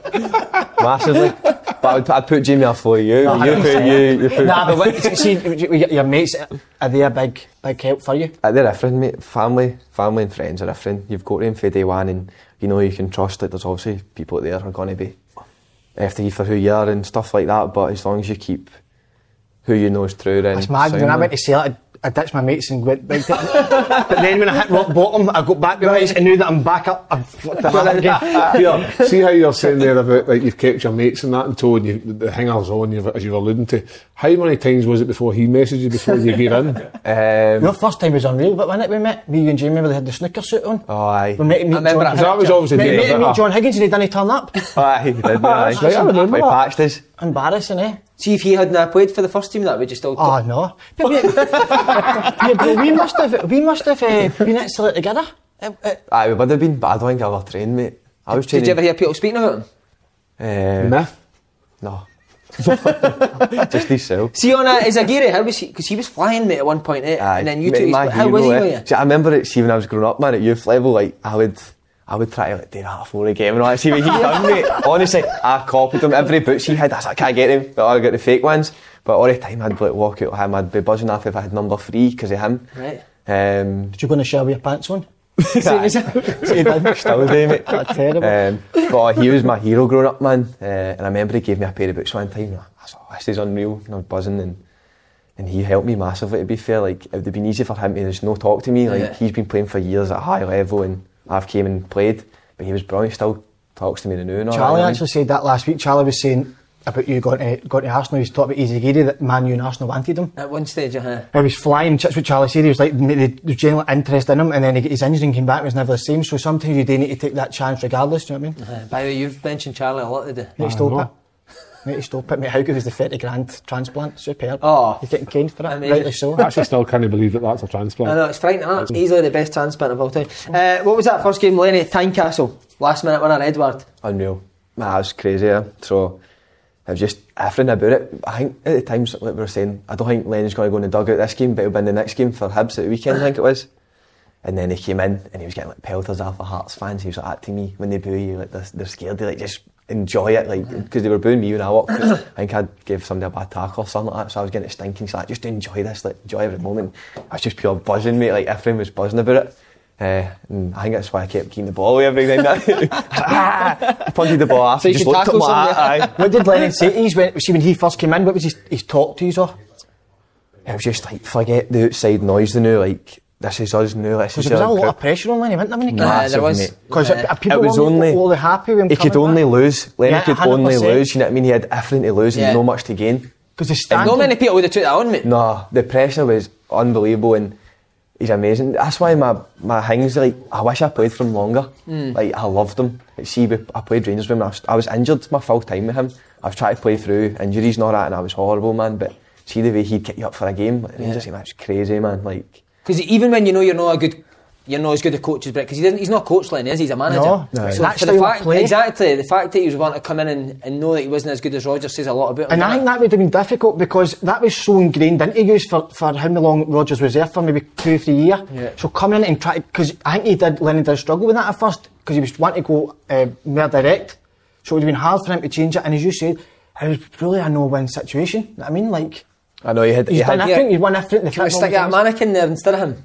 S7: massively. but I would, I'd put Jamie off for you.
S1: No,
S7: you put you. you put
S1: nah, but what, see, your your mates are they a big big help for you?
S7: Uh, They're different, mate. Family, family and friends are different. You've got them for day one, and you know you can trust. Like there's obviously people there who are going to be after you for who you are and stuff like that. But as long as you keep who you know is true, then
S1: It's mad. When I
S7: sound
S1: went to Celtic, I ditched my mates and went back to But then when I hit rock bottom, I got back to my mates and knew that I'm back up. I'm fucked up again.
S9: Peter, see how you're saying there about like you've kept your mates and that in tow and you, the hangers on you've, as you were alluding to. How many times was it before he messaged you before you gave in?
S7: Um,
S1: Your first time was unreal, but when it we met, me, you and Jamie, remember they had the snooker suit on?
S7: Oh, aye.
S1: We met, meet
S7: I remember
S1: John,
S7: that. That was obviously
S1: met,
S7: the-
S1: met,
S7: uh,
S1: meet John Higgins and he didn't turn up.
S7: Aye, you did, aye.
S1: That's right, I remember
S7: We
S1: that.
S7: patched us.
S1: Embarrassing, eh?
S5: See, if he hadn't have played for the first team, that would just all.
S1: Oh no! But we, yeah, but we must have we must have uh, been excellent together. Uh, uh,
S7: Aye, we would have been, but I don't think I ever trained, mate. I was
S5: Eh, Did
S7: training.
S5: you ever hear people speaking about him?
S7: Uh, No. Just himself.
S5: See, on uh, Izagiri, how was he? Because he was flying, mate, at 1.8. and then you
S7: Mate,
S5: two, he's-
S7: Maggie,
S5: how
S7: you
S5: was
S7: know,
S5: he
S7: eh?
S5: with you?
S7: See, I remember it, see, when I was growing up, man, at youth level, like, I would, I would try to like, do that for a game and all that. See what he done, mate. Honestly, I copied him. Every boots he had, I was like, I can't get him, but I got the fake ones. But all the time I'd like, walk out with him, I'd be buzzing off if I had number three because of him.
S1: Right.
S7: Um,
S1: Did you go in the shower with your pants on?
S7: Same as Still do, mate. That's
S1: terrible.
S7: Um, but he was my hero growing up, man. Uh, and I remember he gave me a pair of boots one time. And I was like, this is unreal. And I was buzzing. And, and he helped me massively, to be fair. Like, it would have been easy for him to just no talk to me. Like,
S5: Yeah.
S7: he's been playing for years at a high level, and I've came and played. But he was brilliant. Still talks to me in the new. And all
S1: Charlie
S7: that,
S1: actually said that last week. Charlie was saying about you going to, going to Arsenal. He was talking about Izagiri that Man U and Arsenal wanted him.
S5: At one stage, uh,
S1: He was flying. That's what Charlie said. He was like, they- they- there was general interest in him, and then he got his injury and came back and was never the same. So sometimes you do need to take that chance regardless. Do you know what I mean?
S5: uh, by the way, you've mentioned Charlie a lot today.
S1: Mate, he stole it. Mate, he stole it. Mate, how good was the 30 grand transplant? Superb.
S5: Oh.
S1: You're getting caned for it.
S5: mean-
S1: Rightly so.
S9: Actually, still can't believe that that's a
S5: I
S9: transplant.
S5: know, it's frightening. huh? It's easily the best transplant of all time. Uh, what was that first game, Lenny? Tynecastle. Last minute winner, Edward.
S7: Unreal. Man, it was crazy, yeah. So it was just everything about it. I think at the time, like we were saying, I don't think Lenny's going to go in the dugout this game, but he'll be in the next game for Hibs at the weekend, I think it was. And then he came in and he was getting like pelters off of Hearts fans. He was like, acting me when they boo you, like they're, they're scared. They like just enjoy it, like because they were booing me when I walked. 'cause I think I gave somebody a bad tackle or something like that, so I was getting it stinking. So like, just enjoy this, like enjoy every moment. I was just pure buzzing, mate. Like everyone was buzzing about it. Uh, and I think that's why I kept kicking the ball away every time. I punted the ball after.
S1: So you
S7: just
S1: should
S7: looked at
S1: tackle
S7: him like
S1: somebody.
S7: that, aye.
S1: What did Lennon say? He's when, see, when he first came in, what was his, his talk to you, or?
S7: It was just like forget the outside noise. The new like this is us now. This
S1: Because
S7: is
S1: there was a
S7: our
S1: lot
S7: group.
S1: of pressure on Lenny, wasn't there,
S5: Uh,
S1: when he came
S7: Massive, mate.
S1: Because people
S7: it was
S1: weren't
S7: only
S1: all happy with him
S7: He could
S1: coming
S7: only
S1: back.
S7: lose. Lenny
S1: Yeah,
S7: could only
S1: 100%.
S7: lose. You know what I mean? He had everything to lose
S1: Yeah.
S7: and no much to gain.
S1: Because the
S5: And not many people would have took that on, mate.
S7: No, the pressure was unbelievable, and he's amazing. That's why my my things like I wish I played for him longer.
S5: Mm.
S7: Like I loved him. Like, see, we- I played Rangers with him. I was, I was injured my full time with him. I've tried to play through injuries and all that, and I was horrible, man. But see the way he'd kick you up for a game, like, Rangers,
S5: Yeah.
S7: man, it's crazy, man. Like
S5: Because even when you know you're not a good, you're not as good a coach as Brett, because he doesn't, he's not a coach Lenny, is he? He's a manager.
S7: No, no.
S5: So
S7: That's
S5: for
S7: how
S5: the
S7: you
S5: fact,
S7: play.
S5: exactly, the fact that he was wanting to come in and, and know that he wasn't as good as Roger says a lot about him.
S1: And I
S5: doesn't
S1: think
S5: it?
S1: that would have been difficult because that was so ingrained into you for, for how long Rogers was there for, maybe two or three years.
S5: Yeah.
S1: So coming in and trying, because I think he did, Lennon did struggle with that at first because he was wanting to go uh, more direct. So it would have been hard for him to change it. And as you said, it was really a no win situation. You know what I mean, like,
S7: I know he had.
S1: he's
S7: he had-
S1: done everything, he's won everything. The
S5: Do you want to
S1: football
S5: stick that
S1: things.
S5: mannequin there instead of him?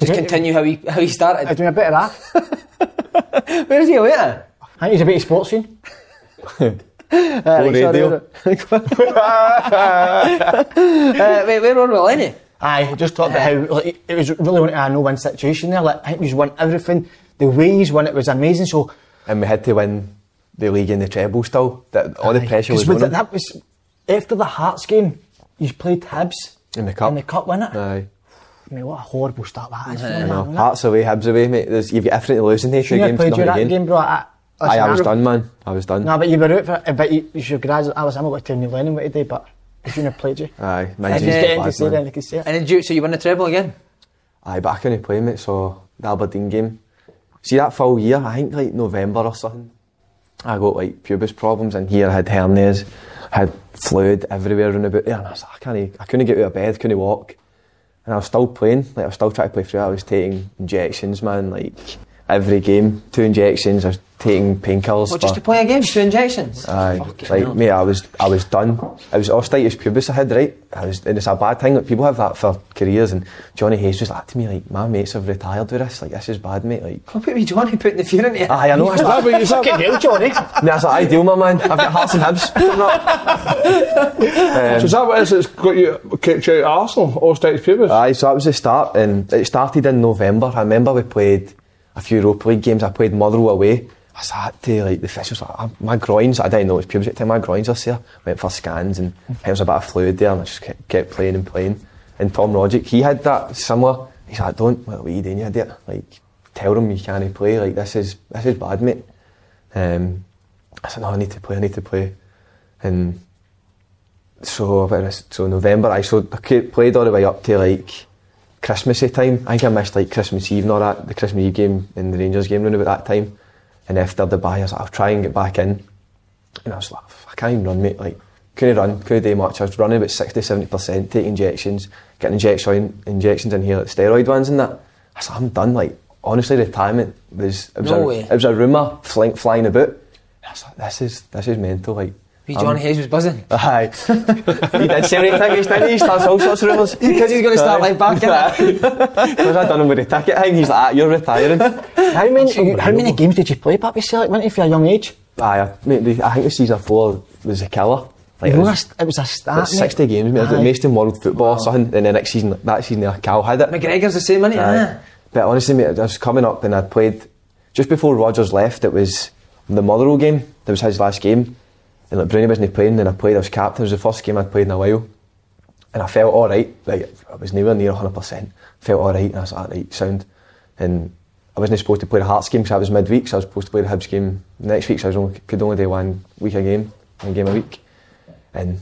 S5: Just continue how he how he started. I'm
S1: doing a bit of
S5: that. Where is he away at?
S1: I think he's a bit of sports scene.
S5: Uh, sorry, uh, wait, where were we, Lenny?
S1: Aye, just talked about how like, it- it was really one a no-win situation there. Like I think he's won everything. The way he's won it was amazing. So
S7: and we had to win the league and the treble still. That all the pressure
S1: because
S7: was on him.
S1: that was after the Hearts game, you played Hibs
S7: in the cup.
S1: in the cup winner.
S7: Aye.
S1: Mate, what a horrible start that is. for
S7: I
S1: him,
S7: know.
S1: man, wasn't it?
S7: Hearts away, Hibs away, mate. There's, you've got everything to lose Dus in these two
S1: Shouldn't you
S7: games.
S1: have
S7: not
S1: played you
S7: a
S1: that
S7: game.
S1: game, bro. Ah, I,
S7: Aye, I Ah, was
S1: listen,
S7: done, man. I was done.
S1: No, but you were out for it. But you, you should grad. I was. I'm not going to tell you Lennon what he did, but he shouldn't have played you.
S7: Aye,
S1: And
S7: Man's
S1: he's getting to
S7: bad,
S1: say
S7: man.
S1: that, and he could say it.
S5: And then, you- so you won the treble again?
S7: Aye, but I couldn't play, mate. So the Aberdeen game. See that full year, I think like November or something. I got like pubis problems in here. I had hernias, had fluid everywhere around about there, and I was like, I can't, e, I couldn't get out of bed, couldn't walk, and I was still playing. Like I was still trying to play through. it. I was taking injections, man. Like every game, two injections. I was taking painkillers.
S5: What,
S7: for-
S5: just to play a game? Two injections?
S7: Aye, like
S5: hell.
S7: mate, I was I was done. It was osteitis pubis I had, right? I was, and it's a bad thing. Like, people have that for careers. And Johnny Hayes was like to me, like my mates have retired with this. Like this is bad, mate. Like
S5: What about me, Johnny, putting the fear into you?
S7: aye, I know. it's like-
S1: Fucking hell, Johnny.
S7: That's an ideal, my man. I've got hearts and hips.
S9: so is that what it is that's got you kicked you out of Arsenal? Osteitis pubis?
S7: Aye, so that was the start, and it started in November. I remember we played a few Europa League games. I played Motherwell away. I sat to like the fish was like "Ah, my groins. I didn't know it was pubis at the time. My groins are sore. Went for scans and there was a bit of fluid there, and I just kept, kept playing and playing. And Tom Rodgick, he had that similar. He's like, "Don't what are you doing, you idiot? Like, tell them you can't play. Like, this is this is bad, mate." Um, I said, "No, I need to play. I need to play." And so about this- so November I so I ca- played all the way up to like Christmassy time. I think I missed like Christmas Eve and all that, the Christmas Eve game and the Rangers game round about that time. And after the bye I was like, I'll try and get back in. And I was like, "F- I can't even run, mate. Like couldn't run, couldn't do much. I was running about 60 70 percent, taking injections, getting injection injections in here, like steroid ones and that. I was like, I'm done, like honestly retirement was it was
S5: No
S7: a,
S5: way.
S7: it was a rumour flying flying about. And I was like, this is this is mental, like
S5: Wee John Hayes was buzzing.
S7: Aye. he did say right tickets, didn't he? He starts all sorts of rumours.
S5: Because he's gonna start like backing
S7: that. Because I done him with the ticket thing, he's like, ah, you're retiring.
S1: How many, how many games did you play, Pappy Celtic, weren't you, for a young age?
S7: Aye, I- Ah, mate, the- I think the season four was a killer.
S1: You must- it was a start,
S7: like
S1: mate.
S7: 60 games, mate. It was
S1: Aye.
S7: like most in world football or something. And the next season, that season, there, Cal had it.
S5: McGregor's the same, isn't he?
S7: Aye.
S5: Aye.
S7: But honestly, mate, I was coming up and I'd played just before Rogers left. It was the Motherwell game. That was his last game, and like Bruni wasn't playing. And I played. I was captain. It was the first game I'd played in a while, and I felt all right. Like I was nowhere near 100. percent Felt all right, and I was like, "Ah, right, sound. And I wasn't supposed to play the Hearts game because I was midweek. So I was supposed to play the Hibs game next week. So I was only, could only do one week a game, one game a week. And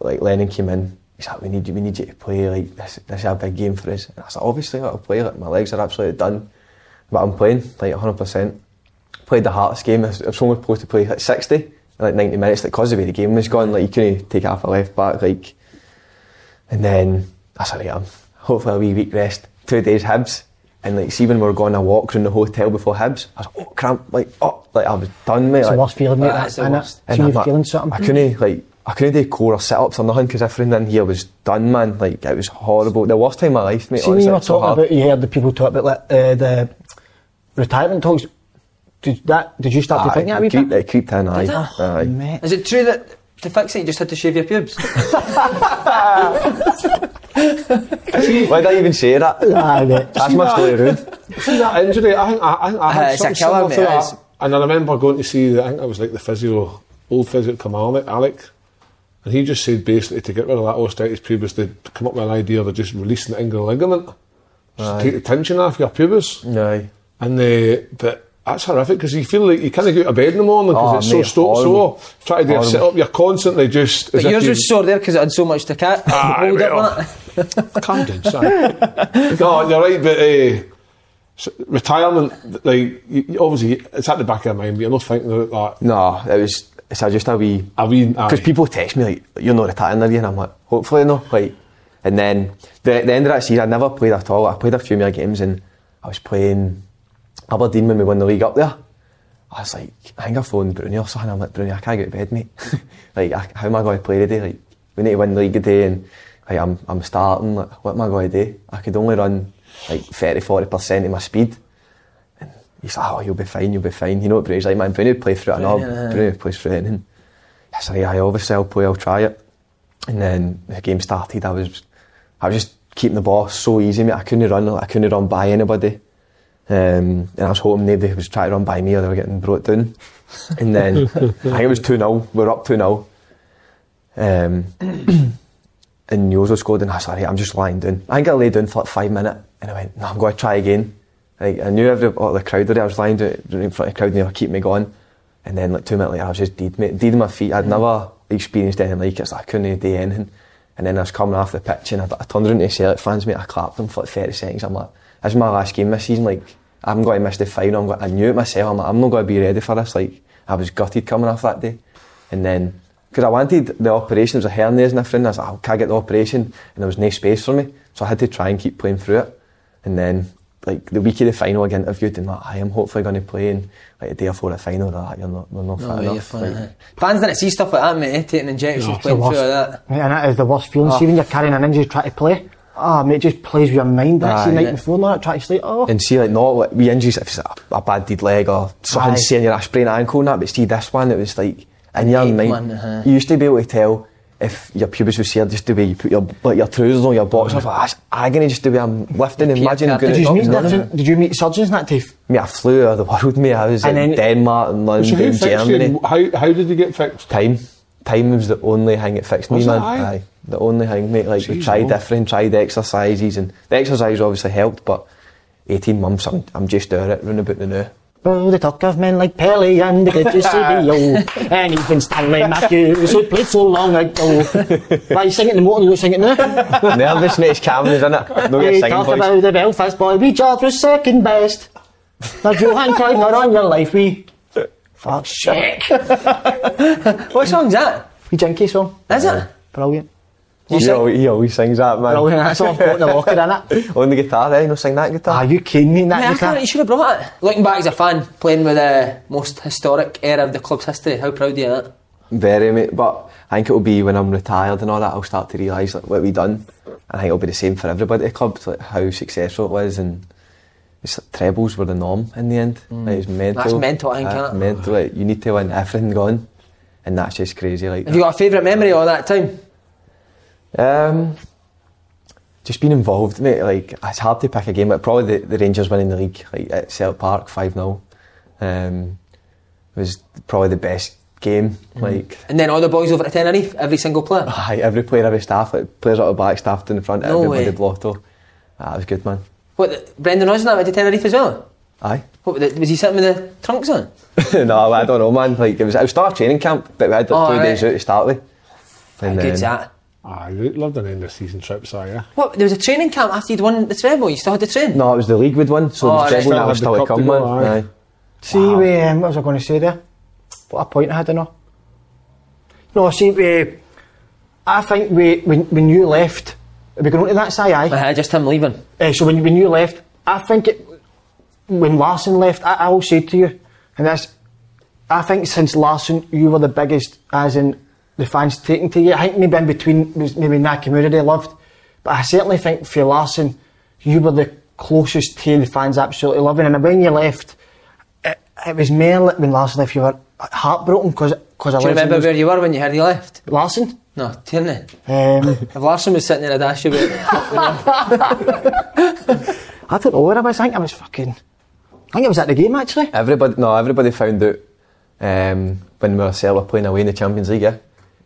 S7: like Lennon came in, he's like, "We need you, we need you to play. Like this, this is a big game for us." And I said, "Obviously, I'll play. Like my legs are absolutely done, but I'm playing like 100 percent." Played the Hearts game. I was I was only supposed to play like 60 and like 90 minutes. Like because of the way the game was gone, like you couldn't take half a left back. Like, and then I said, "Right, I'm hopefully a wee week rest, two days Hibs." And like, see when we were going a walk around the hotel before Hibs, I was like, oh cramp, like, oh, like I was done, mate.
S1: It's the
S7: like,
S1: worst feeling, mate,
S7: Aye,
S1: that,
S7: it's the
S1: isn't it?
S7: worst.
S1: So you're
S7: I'm like-
S1: feeling something.
S7: I couldn't like I couldn't do core or sit ups or nothing because everything in here was done, man. Like it was horrible. The worst time of my life, mate.
S1: See, when
S7: honestly,
S1: you were
S7: it's so
S1: talking
S7: hard.
S1: about, you heard the people talk about like, uh, the retirement talks. Did that? Did you start to
S7: Aye,
S1: think that a wee
S7: it, creeped,
S1: bit?
S7: it creeped in,
S1: Did
S7: aye.
S1: it?
S7: aye.
S5: Is it true that to fix it you just had to shave your pubes?
S7: Why did I even say that?
S1: Aye, mate.
S7: That's my story rude.
S9: See that injury? I think I, I, think I had
S5: Uh, it's a
S9: something
S5: killer,
S9: similar
S5: mate,
S9: to
S5: it's-
S9: that. And I remember going to see, I think it was like the physio, old physio at Kilmarnock, Alec, and he just said basically to get rid of that osteitis pubis, they would come up with an idea of just releasing the inguinal ligament, just
S7: Aye.
S9: to take the tension off your pubis.
S7: Aye.
S9: And they, but that's horrific because you feel like you can't go to bed in the morning because
S5: Ah,
S7: Oh,
S9: it's so
S7: mate,
S9: sto-
S7: horrible.
S9: sore. Try to do a
S7: Horrible.
S9: sit up, you're constantly just.
S5: But
S9: as if
S5: yours
S9: you-
S5: was sore there because it had so much to cat.
S9: Aye,
S5: hold
S9: right
S5: up, wasn't it?
S9: Calm down, son. no, you're right, but uh, s- retirement, like, you, you- obviously, it's at the back of your mind, but you're not thinking about that.
S7: No, it was it's a- just a wee
S9: I mean, aye.
S7: because people text me like you're not retiring again. I'm like, hopefully not. Like and then the, the end of that season I never played at all. I played a few more games and I was playing Aberdeen when we won the league up there. I was like, I think I phoned Bruni or something. I'm like, Bruni, I can't get to bed, mate. like, I, how am I going to play today? Like, we need to win the league today, and like, I'm, I'm starting. Like, what am I going to do? I could only run like 30, 40 percent of my speed. And he's like, oh, you'll be fine, you'll be fine. You know what Bruni's like, man. Bruni would play through it and all.
S5: Bruni, aye.
S7: Bruni plays through anything. I said, yeah, obviously I'll play, I'll try it. And then the game started. I was, I was just keeping the ball so easy, mate. I couldn't run, I couldn't run by anybody. Um, and I was hoping nobody was trying to run by me or they were getting brought down. And then I think it was 2 0. We were up 2 0. Um, and Yozo scored, and I said, right, "Ah, I'm just lying down. I think I lay down for like five minutes, and I went, no, I'm going to try again. Like, I knew every, all the crowd were there. I was lying down in front of the crowd, and they were keeping me going. And then, like, two minutes later, I was just dead, mate. Dead in my feet. I'd never experienced anything like it, so I couldn't do anything. And then I was coming off the pitch, and I, I turned around to the Celtic fans, mate. I clapped them for like 30 seconds. I'm like, this is my last game this season. Like, I'm going to miss the final. I'm going, I knew it myself. I'm like, I'm not going to be ready for this. Like, I was gutted coming off that day. And then, because I wanted the operation, it was a hernias and everything, I was like, oh, can I get the operation? And there was no space for me. So I had to try and keep playing through it. And then, like, the week of the final, I get interviewed and, like, I am hopefully going to play. And, like, a day before the final, they're like, you're not, you're not fit
S5: No, you're
S7: enough.
S5: fine.
S7: Like,
S5: aye. Fans didn't see stuff like that, mate. eh, Taking injections,
S1: No, it's
S5: playing
S1: the
S5: through all
S1: worst.
S5: that. Ah.
S1: Mate, and that is the worst feeling. See, when you're carrying an injury trying to play, ah, mate, it just plays with your mind. That's the
S7: Aye,
S1: night
S7: yeah.
S1: before, not trying to sleep. Oh,
S7: and see, like, not like, we injuries, if it's a, a banded leg or something,
S1: Aye.
S7: saying you're a sprained ankle and that, but see, this one, it was like, in your
S5: Ache
S7: mind,
S5: one, uh-huh.
S7: you used to be able to tell if your pubis was seared just the way you put your, like, your trousers on, your boxers, I thought, that's agony just the way I'm lifting. Imagine
S5: card.
S7: going
S1: did
S7: to
S1: you meet
S7: doctors.
S1: different, Did you meet surgeons in that day?
S7: Mate, I flew out of the world, mate. I was
S1: And
S7: in
S1: then-
S7: Denmark and
S9: So
S7: London,
S9: who fixed
S7: Germany.
S9: you? How, how did you get fixed?
S7: Time. Time was the only thing that fixed
S9: Was
S7: me,
S9: it?
S7: man.
S9: Aye.
S7: The only thing, mate. Like, we
S9: Jeez,
S7: tried
S9: no.
S7: different, tried exercises, and the exercise obviously helped, but 18 months, I'm, I'm just out of it, running about the new.
S1: Well, they Oh, talk of men like Pelly and the good CBO and even Stanley Matthews who played so long ago. Why you singing in the morning? You sing it now?
S7: Nervous, mate. It's cameras, innit? No,
S1: We
S7: you're singing,
S1: talk
S7: boys.
S1: about the Belfast boy. We charge was second best. Now Johan Cruyff not on your life. We fuck shit.
S5: What song's that?
S1: We junkie song.
S5: Is it?
S1: Brilliant.
S7: He al- he always sings that, man.
S1: Brilliant. That's all I've got in the locker, innit?
S7: On the guitar, eh? You know, sing that guitar.
S1: Are you kidding me?
S5: Mate,
S1: That
S5: I
S1: you
S5: thought you
S1: can't.
S5: should have brought it. Looking back as a fan, playing with the most historic era of the club's history, how proud are you of that?
S7: Very, mate. But I think it'll be when I'm retired and all that, I'll start to realise like, what we done. And I think it'll be the same for everybody at the club, like how successful it was. And it's like, trebles were the norm in the end.
S5: Mm.
S7: Like, it was mental.
S5: That's mental, I think,
S7: Aye,
S5: innit?
S7: Mental. Like, you need to win everything gone. And that's just crazy. Like,
S5: Have you got a favourite memory of that time?
S7: Um, just been involved, mate. Like it's hard to pick a game, but probably the, the Rangers winning the league, like at Celtic Park, five 0 um, was probably the best game.
S5: Mm.
S7: Like
S5: And then all the boys over at Tenerife, every single player.
S7: Oh, aye, every player, every staff, like players out the back, staff in the front,
S5: No
S7: everybody
S5: way.
S7: blotto. That was good, man.
S5: What, Brendan Rodgers and that went to Tenerife as well?
S7: Aye.
S5: What, was he sitting with the trunks on?
S7: no, I don't know, man. Like it was, it was start of training camp, but we had like,
S5: Oh,
S7: two
S5: right.
S7: days out to start with. And
S5: How good's
S7: then-
S5: that?
S9: I loved an end of season trip, so yeah.
S5: What, there was a training camp after you'd won the treble, you still had to train?
S7: No, it was the league we'd won, so
S5: Oh,
S7: the
S5: right.
S7: treble
S5: Still
S7: that
S5: had
S7: was
S5: the
S7: still to
S5: cup
S7: come,
S5: to
S7: man.
S5: go, aye.
S7: Aye.
S1: See, we, um, what was I going to say there? What a point I had, I know. No, see, we, I think we, when, when you left, are we going to that side, aye?
S5: Aye, Uh-huh, just him leaving.
S1: Uh, so when, when you left, I think it, when Larson left, I, I always said to you, and that's, I think since Larson, you were the biggest, as in the fans taking to you. I think maybe in between was maybe Nakamura they loved, but I certainly think for Larson, you were the closest to the fans absolutely loving. And when you left, it, it was more like when Larson left, you were heartbroken because because I
S5: Do you remember
S1: was,
S5: where you were when you heard he left?
S1: Larson.
S5: No, Tierney.
S1: Um,
S5: If Larson was sitting in a dash, you would
S1: I don't know where I was. I think I was fucking. I think it was at the game actually.
S7: Everybody, no, everybody found out um, when Marcel were playing away in the Champions League. Yeah,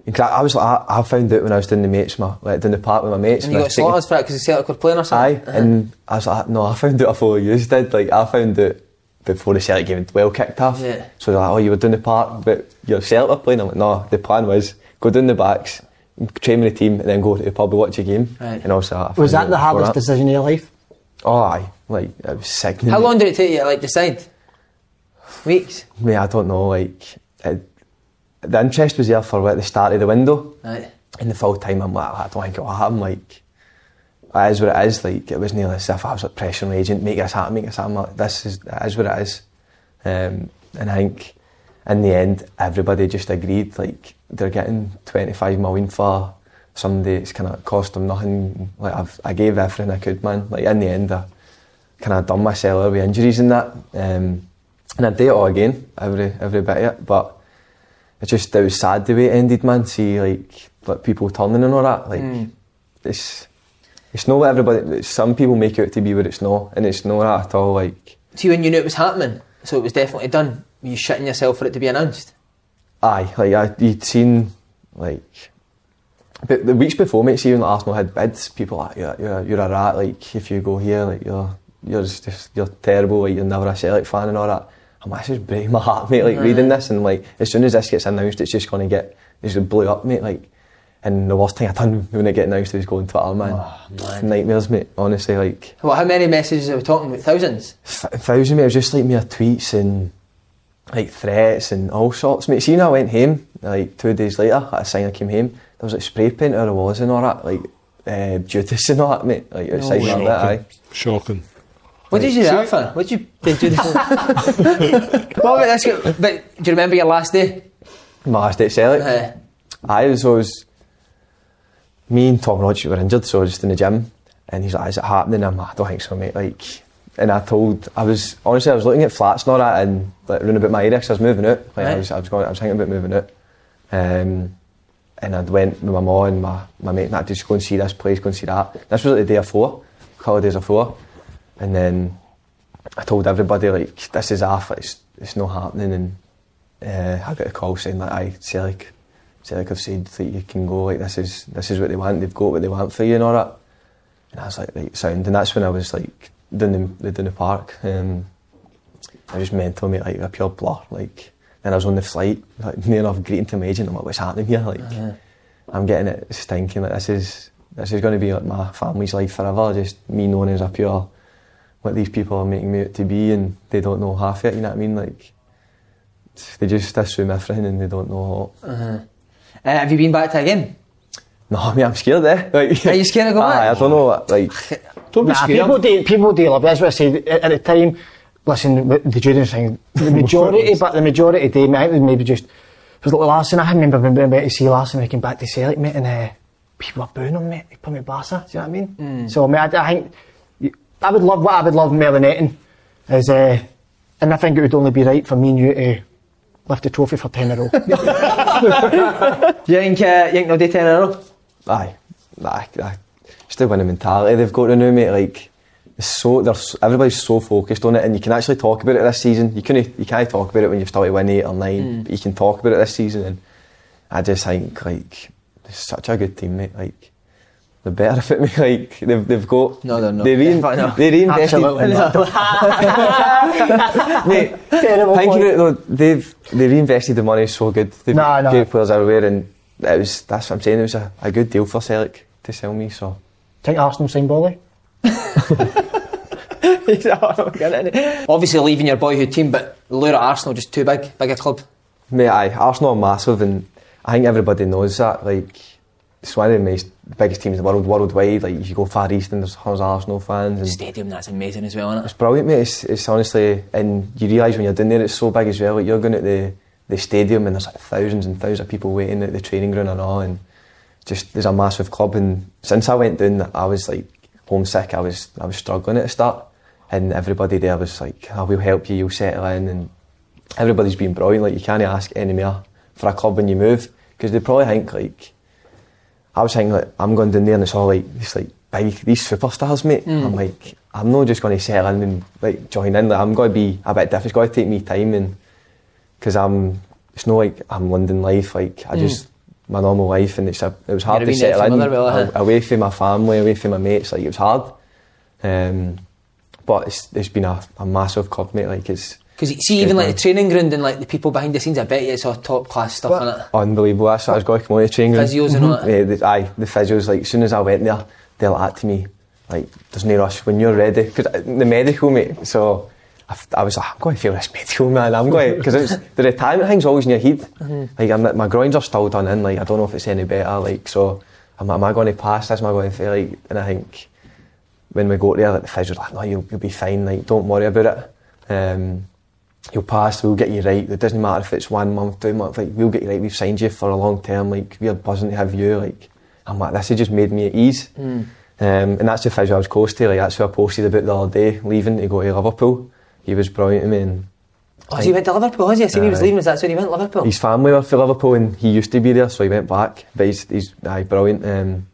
S7: and 'cause I, I was like, I, I found out when I was doing the mates, my like doing the park with my mates.
S5: and you
S7: I
S5: got
S7: was thinking-
S5: slaughtered for it because Celtic were playing or something.
S7: Aye, and I was like, no, I found out before you did. Like, I found out before the Celtic game well kicked off.
S5: Uh-huh. Yeah.
S7: So they're like, oh, you were doing the park, but your Celtic were playing. I'm like, no, the plan was go down the backs, train with the team, and then go to the pub and watch a game.
S5: Right.
S7: And also, I
S1: Was
S7: found
S1: that
S7: out
S1: the
S7: before
S1: hardest
S7: that.
S1: decision of your life?
S7: Oh, aye, like it was sick.
S5: How long did it take you to like decide? Weeks.
S7: Mate, I don't know. Like, it, the interest was there for like the start of the window.
S5: Right.
S7: In the full time, I'm like, I don't think it'll happen. Like, it is what it is. Like, it was nearly as if I was like pressuring my agent, make this happen, make this happen. Like, this is it is what it is. Um, and I think in the end, everybody just agreed. Like, they're getting 25 million for somebody. It's kind of cost them nothing. Like, I've, I gave everything I could, man. Like, in the end, I kind of done myself with injuries and that. Um, and I did it all again, every every bit of it. But it just it was sad the way it ended, man. See like like people turning and all that. Like
S5: Mm.
S7: it's it's not what everybody. Some people make it to be, but it's not, and it's not that at all. Like
S5: So when you knew it was happening, so it was definitely done. Were you shitting yourself for it to be announced?
S7: Aye, like I, you'd seen like, but the weeks before, mate, see when Arsenal had bids, people were like you're, you're, you're a rat. Like if you go here, like you're you're just, just- you're terrible. Like you're never a Celtic fan and all that. I'm like, this is breaking my heart, mate. Like
S5: Aye.
S7: reading this and like as soon as this gets announced, it's just gonna get it's gonna blow up, mate. Like, and the worst thing I done when it get announced was going to Twitter, man. Nightmares, mate. Honestly, like
S5: Well, Ah, how many messages are we talking about? Thousands?
S7: th- thousand mate, it was just like mere tweets and like threats and all sorts mate. See when I went home, like two days later, at a sign I came home, there was like spray paint or I was and all that, like uh, duties and all that mate, like
S9: No
S7: outside
S9: way.
S7: and all that, aye.
S9: Shocking.
S5: What did you do
S9: See-
S5: that for? What did you did you do that for? What about this? guy- But do you remember your last day? Uh-huh.
S7: My last day at Celtic.
S5: Aye.
S7: I was always me and Tom Rogers were injured, so I was just in the gym and he's like, Is it happening? I'm like, I don't think so, mate. Like and I told I was honestly I was looking at flats and all that and like running about my area 'cause I was moving out. Like I
S5: Right.
S7: was I was going I was thinking about moving out. Um and I went with my mum and my, my mate and I just go and see this place, go and see that. This was like the day before, a couple of days before. And then I told everybody like this is off, it's it's not happening and uh, I got a call saying like I say like say like I've said that you can go like this is this is what they want, they've got what they want for you and all that. And I was like, right, sound and that's when I was like doing the doing the park. Um I was just mental mate, like a pure blur, like then I was on the flight, like near enough greeting to my agent, I'm like, what's happening here? Like I'm getting it stinking, like this is this is gonna be like my family's life forever, just me known as a pure what these people are making me out to be and they don't know half it, you know what I mean? Like they just assume everything and they don't know what.
S5: Uh-huh. Uh, have you been back to a game?
S7: No, I mean I'm scared eh? Like,
S5: Are you scared of going
S7: Aye,
S5: back?
S7: I don't know what like Don't be
S1: Nah,
S7: scared.
S1: people do, people do love it. That's what I said at at the time. Listen, w- the Jordan thing, the majority, but the majority do, mate, I think they maybe just was like Larson. I remember when we went to see Larson when he came back to Celtic, mate, and uh, people were booing him, mate. He played with Barca, do you know what I mean?
S7: Mm.
S1: So, mate, I, I think you- I would love what I would love Melinetton is, uh, and I think it would only be right for me and you to lift the trophy for 10 in a row.
S5: you think, uh, you think they'll do 10 in a row?
S7: Aye, aye, aye. Still winning mentality they've got to now, mate. Like, it's so they're s- everybody's so focused on it, and you can actually talk about it this season. You couldn't, you can't talk about it when you've started winning eight or nine.
S5: Mm.
S7: But you can talk about it this season, and I just think like they're such a good team, mate. Like. They're better if it, mate. Like they've they've got no, they're
S5: not.
S7: They, rein,
S5: Definitely not.
S7: they reinvested.
S5: Absolutely not.
S7: Mate, Thank you. Though, they've they reinvested the money so good. They've
S1: Nah, nah.
S7: great players everywhere, and it was that's what I'm saying. It was a, a good deal for Celtic to sell me. So
S1: think Arsenal signed Bolly?
S5: Obviously, leaving your boyhood team, but the lure at Arsenal just too big, bigger club.
S7: mate, aye, Arsenal are massive, and I think everybody knows that. Like it's one of the most biggest teams in the world, worldwide. Like if you go far east, and there's hundreds of Arsenal fans. And
S5: Stadium, that's amazing as well, isn't it?
S7: It's brilliant, mate. It's, it's honestly, and you realise when you're down there, it's so big as well. Like you're going at the, the stadium, and there's like thousands and thousands of people waiting at the training ground and all, and just there's a massive club. And since I went down, I was like homesick. I was I was struggling at the start, and everybody there was like, "I will help you. You'll settle in." And everybody's been brilliant. Like you can't ask any more for a club when you move because they probably think like I was thinking like I'm going down there and it's all like it's like big these superstars, mate.
S12: Mm.
S7: I'm like I'm not just going to settle in and like join in. Like, I'm going to be a bit different. It's going to take me time and because I'm it's not like I'm London life. Like I
S5: Mm.
S7: just my normal life and it's a it was hard
S5: You're away
S7: to
S5: there
S7: settle
S5: for
S7: in
S5: another while,
S7: a-
S5: huh?
S7: away from my family, away from my mates. Like it was hard. Um, but it's it's been a, a massive club, mate. Like it's
S5: Because see, even like the training ground and like the people behind the scenes, I bet you it's all top class stuff, isn't it?
S7: Unbelievable. That's what I was going to come on the training room.
S5: Physios and all that.
S7: Yeah, the, aye, the physios. Like, as soon as I went there, they like that to me, like, there's no rush when you're ready. Because the medical, mate, so I, f- I was like, I'm going to feel this medical, man. I'm going because the retirement thing's always in your head.
S5: Mm-hmm.
S7: Like, I'm, like, my groins are still done in. Like, I don't know if it's any better. Like, so am, am I going to pass this? Am I going to fail? Like, and I think when we go there, like, the physio's like, no, you'll, you'll be fine. Like, don't worry about it. Um, you'll pass, we'll get you right. It doesn't matter if it's one month, two months, like we'll get you right, we've signed you for a long term, like we're buzzing to have you, like I'm like, this has just made me at ease.
S5: Mm.
S7: Um, and that's the physio I was close to, like that's who I posted about the other day, leaving to go to Liverpool. He was brilliant to me and
S5: Oh, so he went to Liverpool, has he? I seen he was
S7: Aye.
S5: leaving, is that when he went to Liverpool?
S7: his family were for Liverpool and he used to be there, so he went back. But he's, he's aye, brilliant. Um,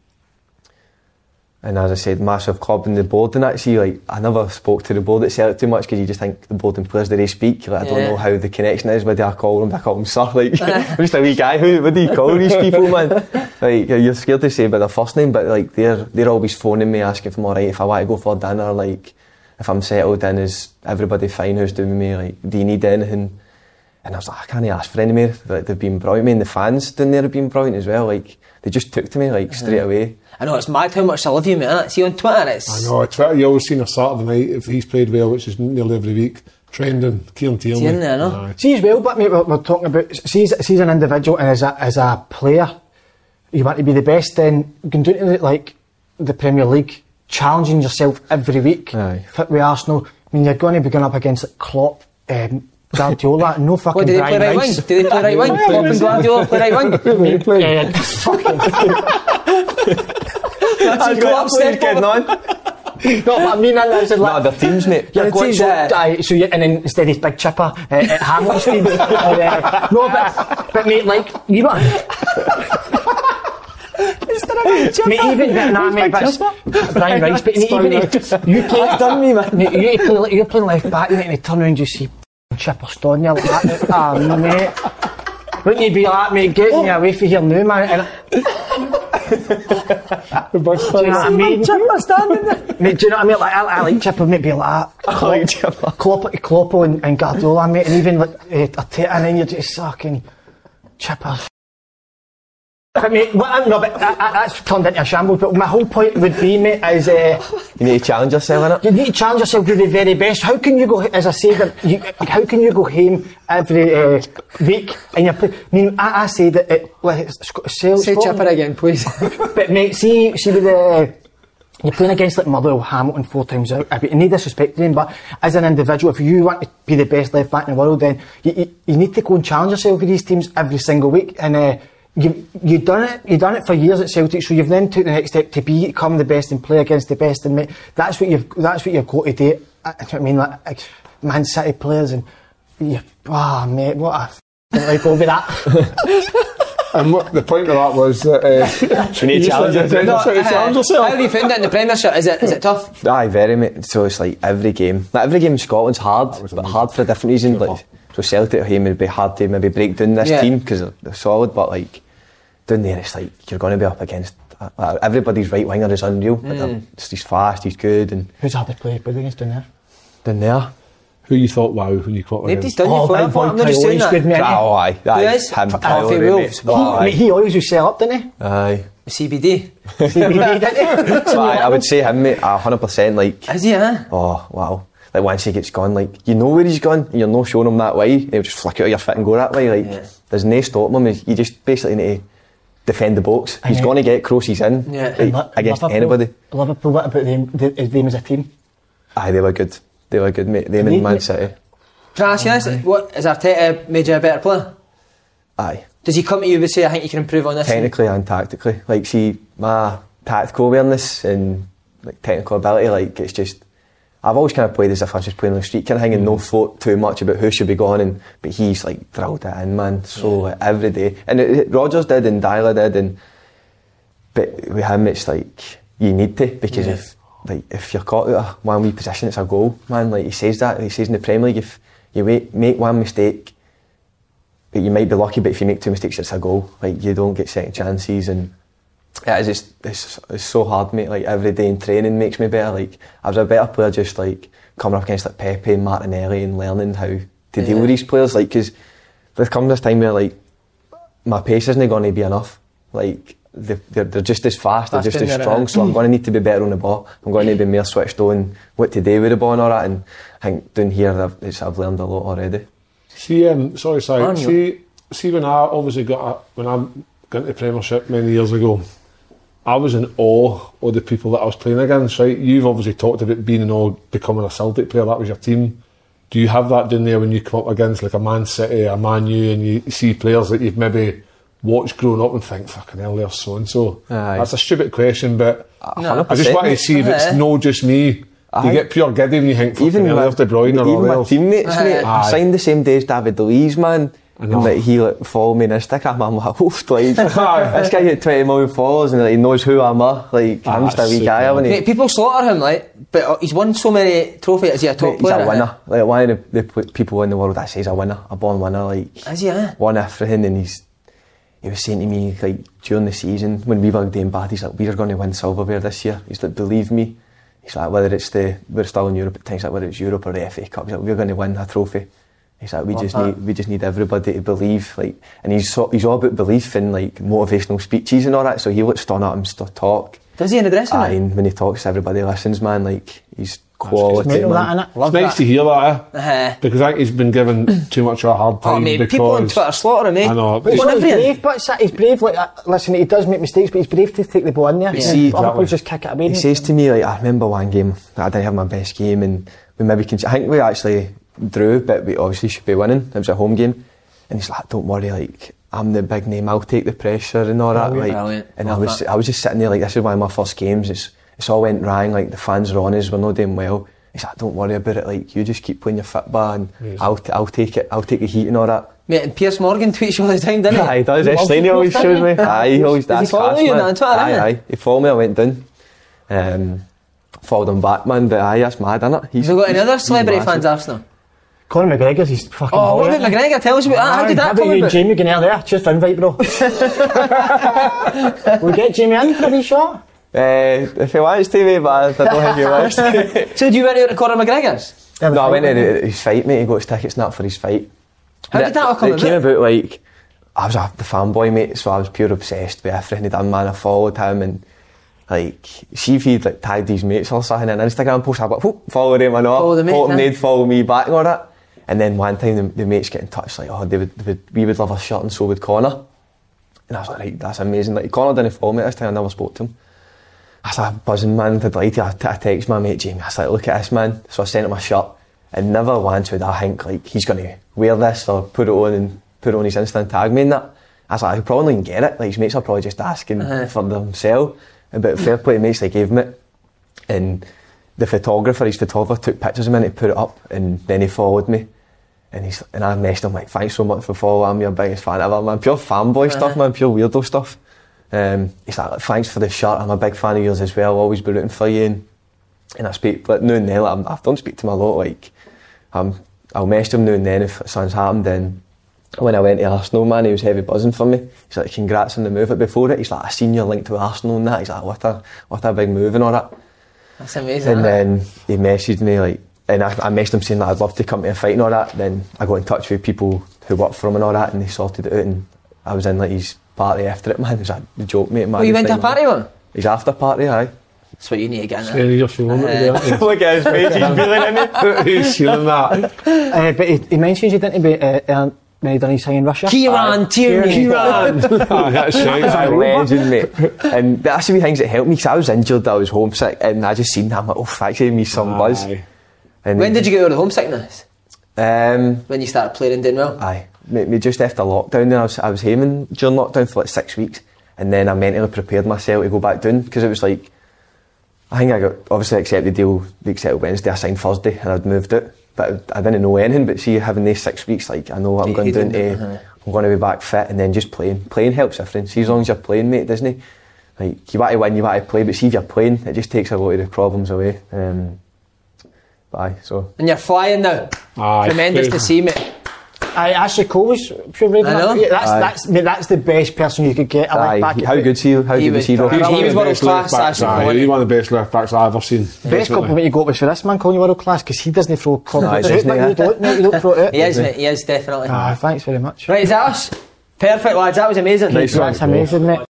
S7: and as I said, massive club and the board. And actually, like I never spoke to the board at Celtic too much because you just think the board and players that they speak. Like, I don't
S5: Yeah.
S7: know how the connection is. Whether I call them, I call them sir. Like I'm just a wee guy. Who, what do you call these people, man? Like you're scared to say by their first name, but like they're they're always phoning me asking if I'm alright, if I want to go for dinner, like if I'm settled in, is everybody fine? Who's doing me? Like, do you need anything? And I was like, I can't ask for any more. Like, they've been brilliant. I mean, the fans down there have been brilliant as well. Like, they just took to me, like, straight
S5: Mhm.
S7: away.
S5: I know, it's mad how much I love you, mate, innit? See, on Twitter, it's.
S9: I know, it's you always seen a Saturday night, if he's played well, which is nearly every week, trending, Kieran Tierney. Aye.
S1: See as well, but mate, we're, we're talking about see as, see as an individual and as a as a player, you want to be the best. Then you can do it in, like the Premier League, challenging yourself every week. Fit with Arsenal, I mean, you're going to be going up against like, Klopp, um, Guardiola, no fucking.
S5: do they play
S1: Brian
S5: right
S1: Rice.
S5: wing? Do they play right wing? Klopp and Guardiola play right wing? Who they play?
S1: Yeah,
S5: That's
S1: Go up, step
S7: on.
S1: No, but I mean, I I said like
S7: other teams, mate.
S1: Yeah,
S5: Like,
S1: the
S5: what's
S1: teams.
S5: that?
S1: So, aye, so you, and then instead he's big chipper uh, at Hamlet's team. And, uh, no, but but mate, like you know. Mate, even that, nah, mate, but it's- Brian Rice, but mate, even if you play, done me, man. Mate, you play, like, you're playing left back, mate, and you turn around, you see Chipper Stonia like that. Ah, mate. Wouldn't you be like, mate, get me away from here now, man? And the bus do you know what I mean? Chipper standing there. Mate, do you know what I mean? Like, I, I like Chipper, maybe like I like Chipper. Klopp, Kloppo and, and Guardiola, mate, and even like uh, Arteta, and then you're just sucking Chipper. I mean, well, no, but that, that- that's turned into a shambles. But my whole point would be, mate, is uh,
S7: You need to challenge yourself, innit?
S1: you need to challenge yourself to the very best. How can you go, as I say, that you, how can you go home every uh, week and you're play- I mean, I, I say that it, well, it's, it's, it's,
S5: Say chipper again, please.
S1: but mate, see, see with the You're playing against like Motherwell, Hamilton four times out. I mean, no disrespect to them, but as an individual, if you want to be the best left back in the world, then you, you, you need to go and challenge yourself with these teams every single week. And uh, you you done it, you done it for years at Celtic, so you've then took the next step to become the best and play against the best. And mate, that's what you've that's what you've got to do. I, I mean, like, like Man City players and you, ah, mate, what a f- like over that.
S9: And what the point of that was that uh,
S7: we need challenges.
S9: No, uh, challenge yourself.
S5: How have you found it in the Premiership? Is it is it tough?
S7: Aye, very mate. So it's like every game, like every game in Scotland's hard, but hard for a different reason. Like so, Celtic at home would be hard to maybe break down this
S5: Yeah.
S7: team because they're, they're solid, but like down there, it's like you're going to be up against uh, everybody's right winger is unreal. Like, they're-
S1: Mm.
S7: it's- he's fast, he's good, and
S1: Who's hard to play with against down there?
S7: down there.
S9: Who you thought wow when you caught
S5: Nobody's done you for that. I'm not just saying
S1: Taylor's
S5: that.
S1: good, mate.
S7: Oh, aye, aye,
S5: Who is?
S7: him,
S5: Alfie
S7: Taylor, mate.
S5: Wolves.
S7: Oh,
S1: He, mate,
S7: aye.
S1: he always was set up, didn't he?
S7: Aye.
S5: CBD.
S1: CBD, didn't he?
S7: But I, I would say him, mate, a hundred percent. Like,
S5: is he? Huh?
S7: Oh wow! Like once he gets gone, like you know where he's gone, and you're not showing him that way. He'll just flick out of your fit and go that way. Like there's no stopping him. He's- You just basically need to defend the box. He's
S1: Aye.
S7: going to get crosses in
S1: Yeah.
S7: like, against anybody.
S1: Liverpool, what about them, the, them as a team?
S7: Aye, they were good. They were good, mate. Them
S1: Need-
S7: and Man City.
S5: Can I ask you this? What is Arteta made you a better player?
S7: Aye.
S5: Does he come to you and say, "I think you can improve on this"?
S7: Technically and tactically, like see my tactical awareness and like technical ability, like it's just. I've always kind of played as if I was just playing on the street kind of thing and no thought too much about who should be gone and but he's like thrilled it in man so like, every day and it, it- Rogers did and Dyla did and but with him it's like you need to because
S5: Yeah.
S7: if like if you're caught out of one wee position it's a goal man like he says that he says in the Premier League if you wait, make one mistake but you might be lucky but if you make two mistakes it's a goal like you don't get second chances and yeah, it's just it's, it's so hard mate like every day in training makes me better like I was a better player just like coming up against like Pepe and Martinelli and learning how to deal
S5: Yeah.
S7: with these players like because there comes this time where like my pace isn't going to be enough like they- they're, they're just as fast they're
S5: Fast
S7: just
S5: in
S7: as
S5: there,
S7: strong
S5: innit?
S7: so I'm going to need to be better on the ball I'm going to need to be more switched on what to do with the ball and all that and I think down here I've, it's, I've learned a lot already
S9: See, um, sorry,
S7: On
S9: sorry.
S7: you.
S9: See, see, when I obviously got a, when I got into Premiership many years ago, I was in awe of the people that I was playing against. Right, you've obviously talked about being in awe, becoming a Celtic player. That was your team. Do you have that down there when you come up against like a Man City, a Man U, and you see players that you've maybe watched growing up and think, "Fucking hell, they're so and so." That's a stupid question, but
S7: No.
S9: I just want to see if it's
S7: Aye.
S9: not just me. You
S7: Aye.
S9: get pure giddy and you think, "Fucking hell, there's De Bruyne or
S7: even
S9: all
S7: my
S9: else."
S7: teammates, mate. I
S9: Aye.
S7: signed the same day as David Luiz, man. And like, he like follow me on Instagram, I'm like, oof, like,
S5: Aye.
S7: this guy got 20 million followers and like, he knows who I'm a. Like,
S9: Ah,
S7: I'm just a wee guy, haven't
S5: Mate, people slaughter him, like, but uh, he's won so many trophies. Is he a top
S7: He's
S5: player?
S7: a
S5: isn't
S7: winner. Like, one of the, the p- people in the world that says a winner, a born winner, like,
S5: he? Is he? eh?
S7: won everything and he's, he was saying to me, like, during the season, when we were doing bad, he's like, we are going to win silverware this year. He's like, believe me. He's like, whether it's the, we're still in Europe at times, like, whether it's Europe or the FA Cup, he's like, we're going to win a trophy. He's like, we
S5: Love
S7: just
S5: that.
S7: need, we just need everybody to believe, like, and he's so, he's all about belief and like motivational speeches and all that. So he looks done at him st- talk.
S5: Does he in the dressing
S7: Aye, and when he talks, everybody listens, man. Like he's quality.
S9: It's
S7: man.
S9: nice to hear that, eh?
S5: Uh-huh.
S9: Because I think he's been given too much of a hard time.
S5: Oh, mate,
S9: because
S5: people on Twitter slaughter him, eh?
S9: I know. But
S1: But he's,
S9: it's-
S1: brave, but it's- he's brave. Like, uh, listen, he does make mistakes, but he's brave to take the ball in there.
S7: But see,
S1: Other players just kick it away.
S7: He
S1: don't
S7: says to me, like, I remember one game that I didn't have my best game, and we maybe can. I think we actually drew, but we obviously should be winning. It was a home game, and he's like, "Don't worry, like, I'm the big name. I'll take the pressure and all that."
S5: Brilliant.
S7: Like,
S5: Brilliant.
S7: and
S5: Love
S7: I was,
S5: that.
S7: I was just sitting there like, "This is one of my first games. It's, it's all went wrong. Like, the fans are on us. We're not doing well." He's like, "Don't worry about it. Like, you just keep playing your football, and I'll, t- I'll take it. I'll take the heat and all that."
S5: Mate, and Piers Morgan tweets you all the time, doesn't he?
S7: Aye, he does. Ed Slaney always shows me. Aye, he always
S5: Does he
S7: that's
S5: follow
S7: class,
S5: you
S7: man.
S5: on Twitter,
S7: Aye,
S5: innit?
S7: aye. He followed me, I went down. Um, followed him back, man, but aye, that's mad, innit? He's
S5: Have you got any
S7: he's-
S5: other
S7: he's
S5: celebrity
S7: massive.
S5: fans, Arsenal?
S1: Conor McGregor's he's fucking.
S5: Oh, what
S1: brilliant.
S5: about McGregor? Tell us about that. How did
S1: Aye,
S5: that
S1: about
S5: come
S1: you,
S5: about?
S1: Jamie Gennell there? Cheers for invite, bro. we'll get Jamie in for a wee shot.
S7: Eh, if he wants to, mate, but I I don't think he wants to.
S5: So, do you went out to Conor McGregor's?
S7: no, I went to his fight, mate. He got his tickets snapped for his fight.
S5: How
S7: But
S5: did that all come
S7: It came
S5: about?
S7: about like I was a, the fanboy, mate, so I was pure obsessed with everything he done, man. I followed him and like see if he'd like tagged his mates or something in an Instagram post. I'd be like, "Whoop, follow him or not.
S5: Follow the mate,
S7: Hope
S5: huh?
S7: they'd follow me back and all that. And then one time the, the mates get in touch, like, oh, they would, they would, we would love a shirt and so would Connor. And I was like, right, that's amazing. Like Connor didn't follow me at this time, I never spoke to him. I started buzzing, man, with delight. I, I text my mate Jamie. I was like, look at this, man. So I sent him a shirt, and never once would I think, like, he's going to wear this or put it on and put it on his Insta and tag me in that. I was like, I probably can get it. Like, his mates are probably just asking for themselves. But fair play, mates, they gave him it. And the photographer, his photographer, took pictures of me and he put it up, and then he followed me. And he's and I messed him like, thanks so much for following. I'm your biggest fan ever, man. Pure fanboy stuff, man. Pure weirdo stuff. Um, he's like, thanks for the shirt. I'm a big fan of yours as well. Always be rooting for you. And, and I speak, but now and then, like, I'm, I don't speak to him a lot. Like, um, I'll message him now and then if something's happened. And when I went to Arsenal, man, he was heavy buzzing for me. He's like, congrats on the move. But before it, he's like, I seen your link to Arsenal and that. He's like, what a what a big move and all that.
S5: That's amazing. isn't
S7: And
S5: it?
S7: then he messaged me like, and I, I messaged him saying that I'd love to come to a fight and all that. Then I got in touch with people who work for him and all that, and they sorted it out. And I was in like his party after it, man. It was a joke, mate. Man,
S5: Oh, you went to a party one?
S7: His after party, aye.
S5: That's what you need to get in.
S7: Swear
S9: you're feeling it,
S5: Uh,
S7: Look at his face, he's feeling it.
S9: He's feeling that.
S1: Uh, but he, he mentions you didn't be uh, earn made any sign in Russia.
S5: Kieran
S1: Aye.
S5: Tierney.
S7: Aye, that's right.
S1: Is that
S7: Aye,
S1: a robot?
S7: legend, mate. And that's the wee things that helped me because I was injured, I was homesick, and I just seen that. I'm like, oh, fuck, gave me some buzz. And
S5: When did you get over the homesickness?
S7: Um,
S5: when you started playing and doing well?
S7: Aye. Me, me just after lockdown, then I was, I was aiming during lockdown for like six weeks, and then I mentally prepared myself to go back down because it was like, I think I got obviously I accepted the deal, they accepted Wednesday, I signed Thursday, and I'd moved it. But I didn't know anything, but see, having these six weeks, like, I know what I'm
S5: You-
S7: going
S5: you
S7: down
S5: didn't,
S7: to,
S5: uh-huh.
S7: I'm going to be back fit, and then just playing. Playing helps everything. See, as long as you're playing, mate, doesn't it? Like, you want to win, you want to play, but see, if you're playing, it just takes a lot of the problems away. Um, but aye, so.
S5: And you're flying now.
S7: Aye,
S5: Tremendous
S7: fair.
S5: to see, mate.
S1: Aye, Ashley Cole was pure raving.
S5: I know.
S1: up. Yeah, That's,
S7: Aye.
S1: that's, mate, that's the best person you could get. I
S7: Aye,
S1: went back.
S7: how good is he? How
S1: He
S7: good
S1: was-
S7: is he? Rob?
S1: he was- he was one of those class
S9: backs,
S1: actually.
S9: aye, he's one of the best left backs I've ever seen.
S1: Best compliment you got was for this man calling you world class because he doesn't throw compliments
S9: he
S1: out,
S9: doesn't,
S1: mate. You
S9: yeah.
S1: don't, mate. You don't throw it out.
S5: He is, mate. He is, definitely.
S1: Ah, thanks very much.
S5: Right, is that us? Perfect, lads. That was amazing.
S1: That's amazing, mate.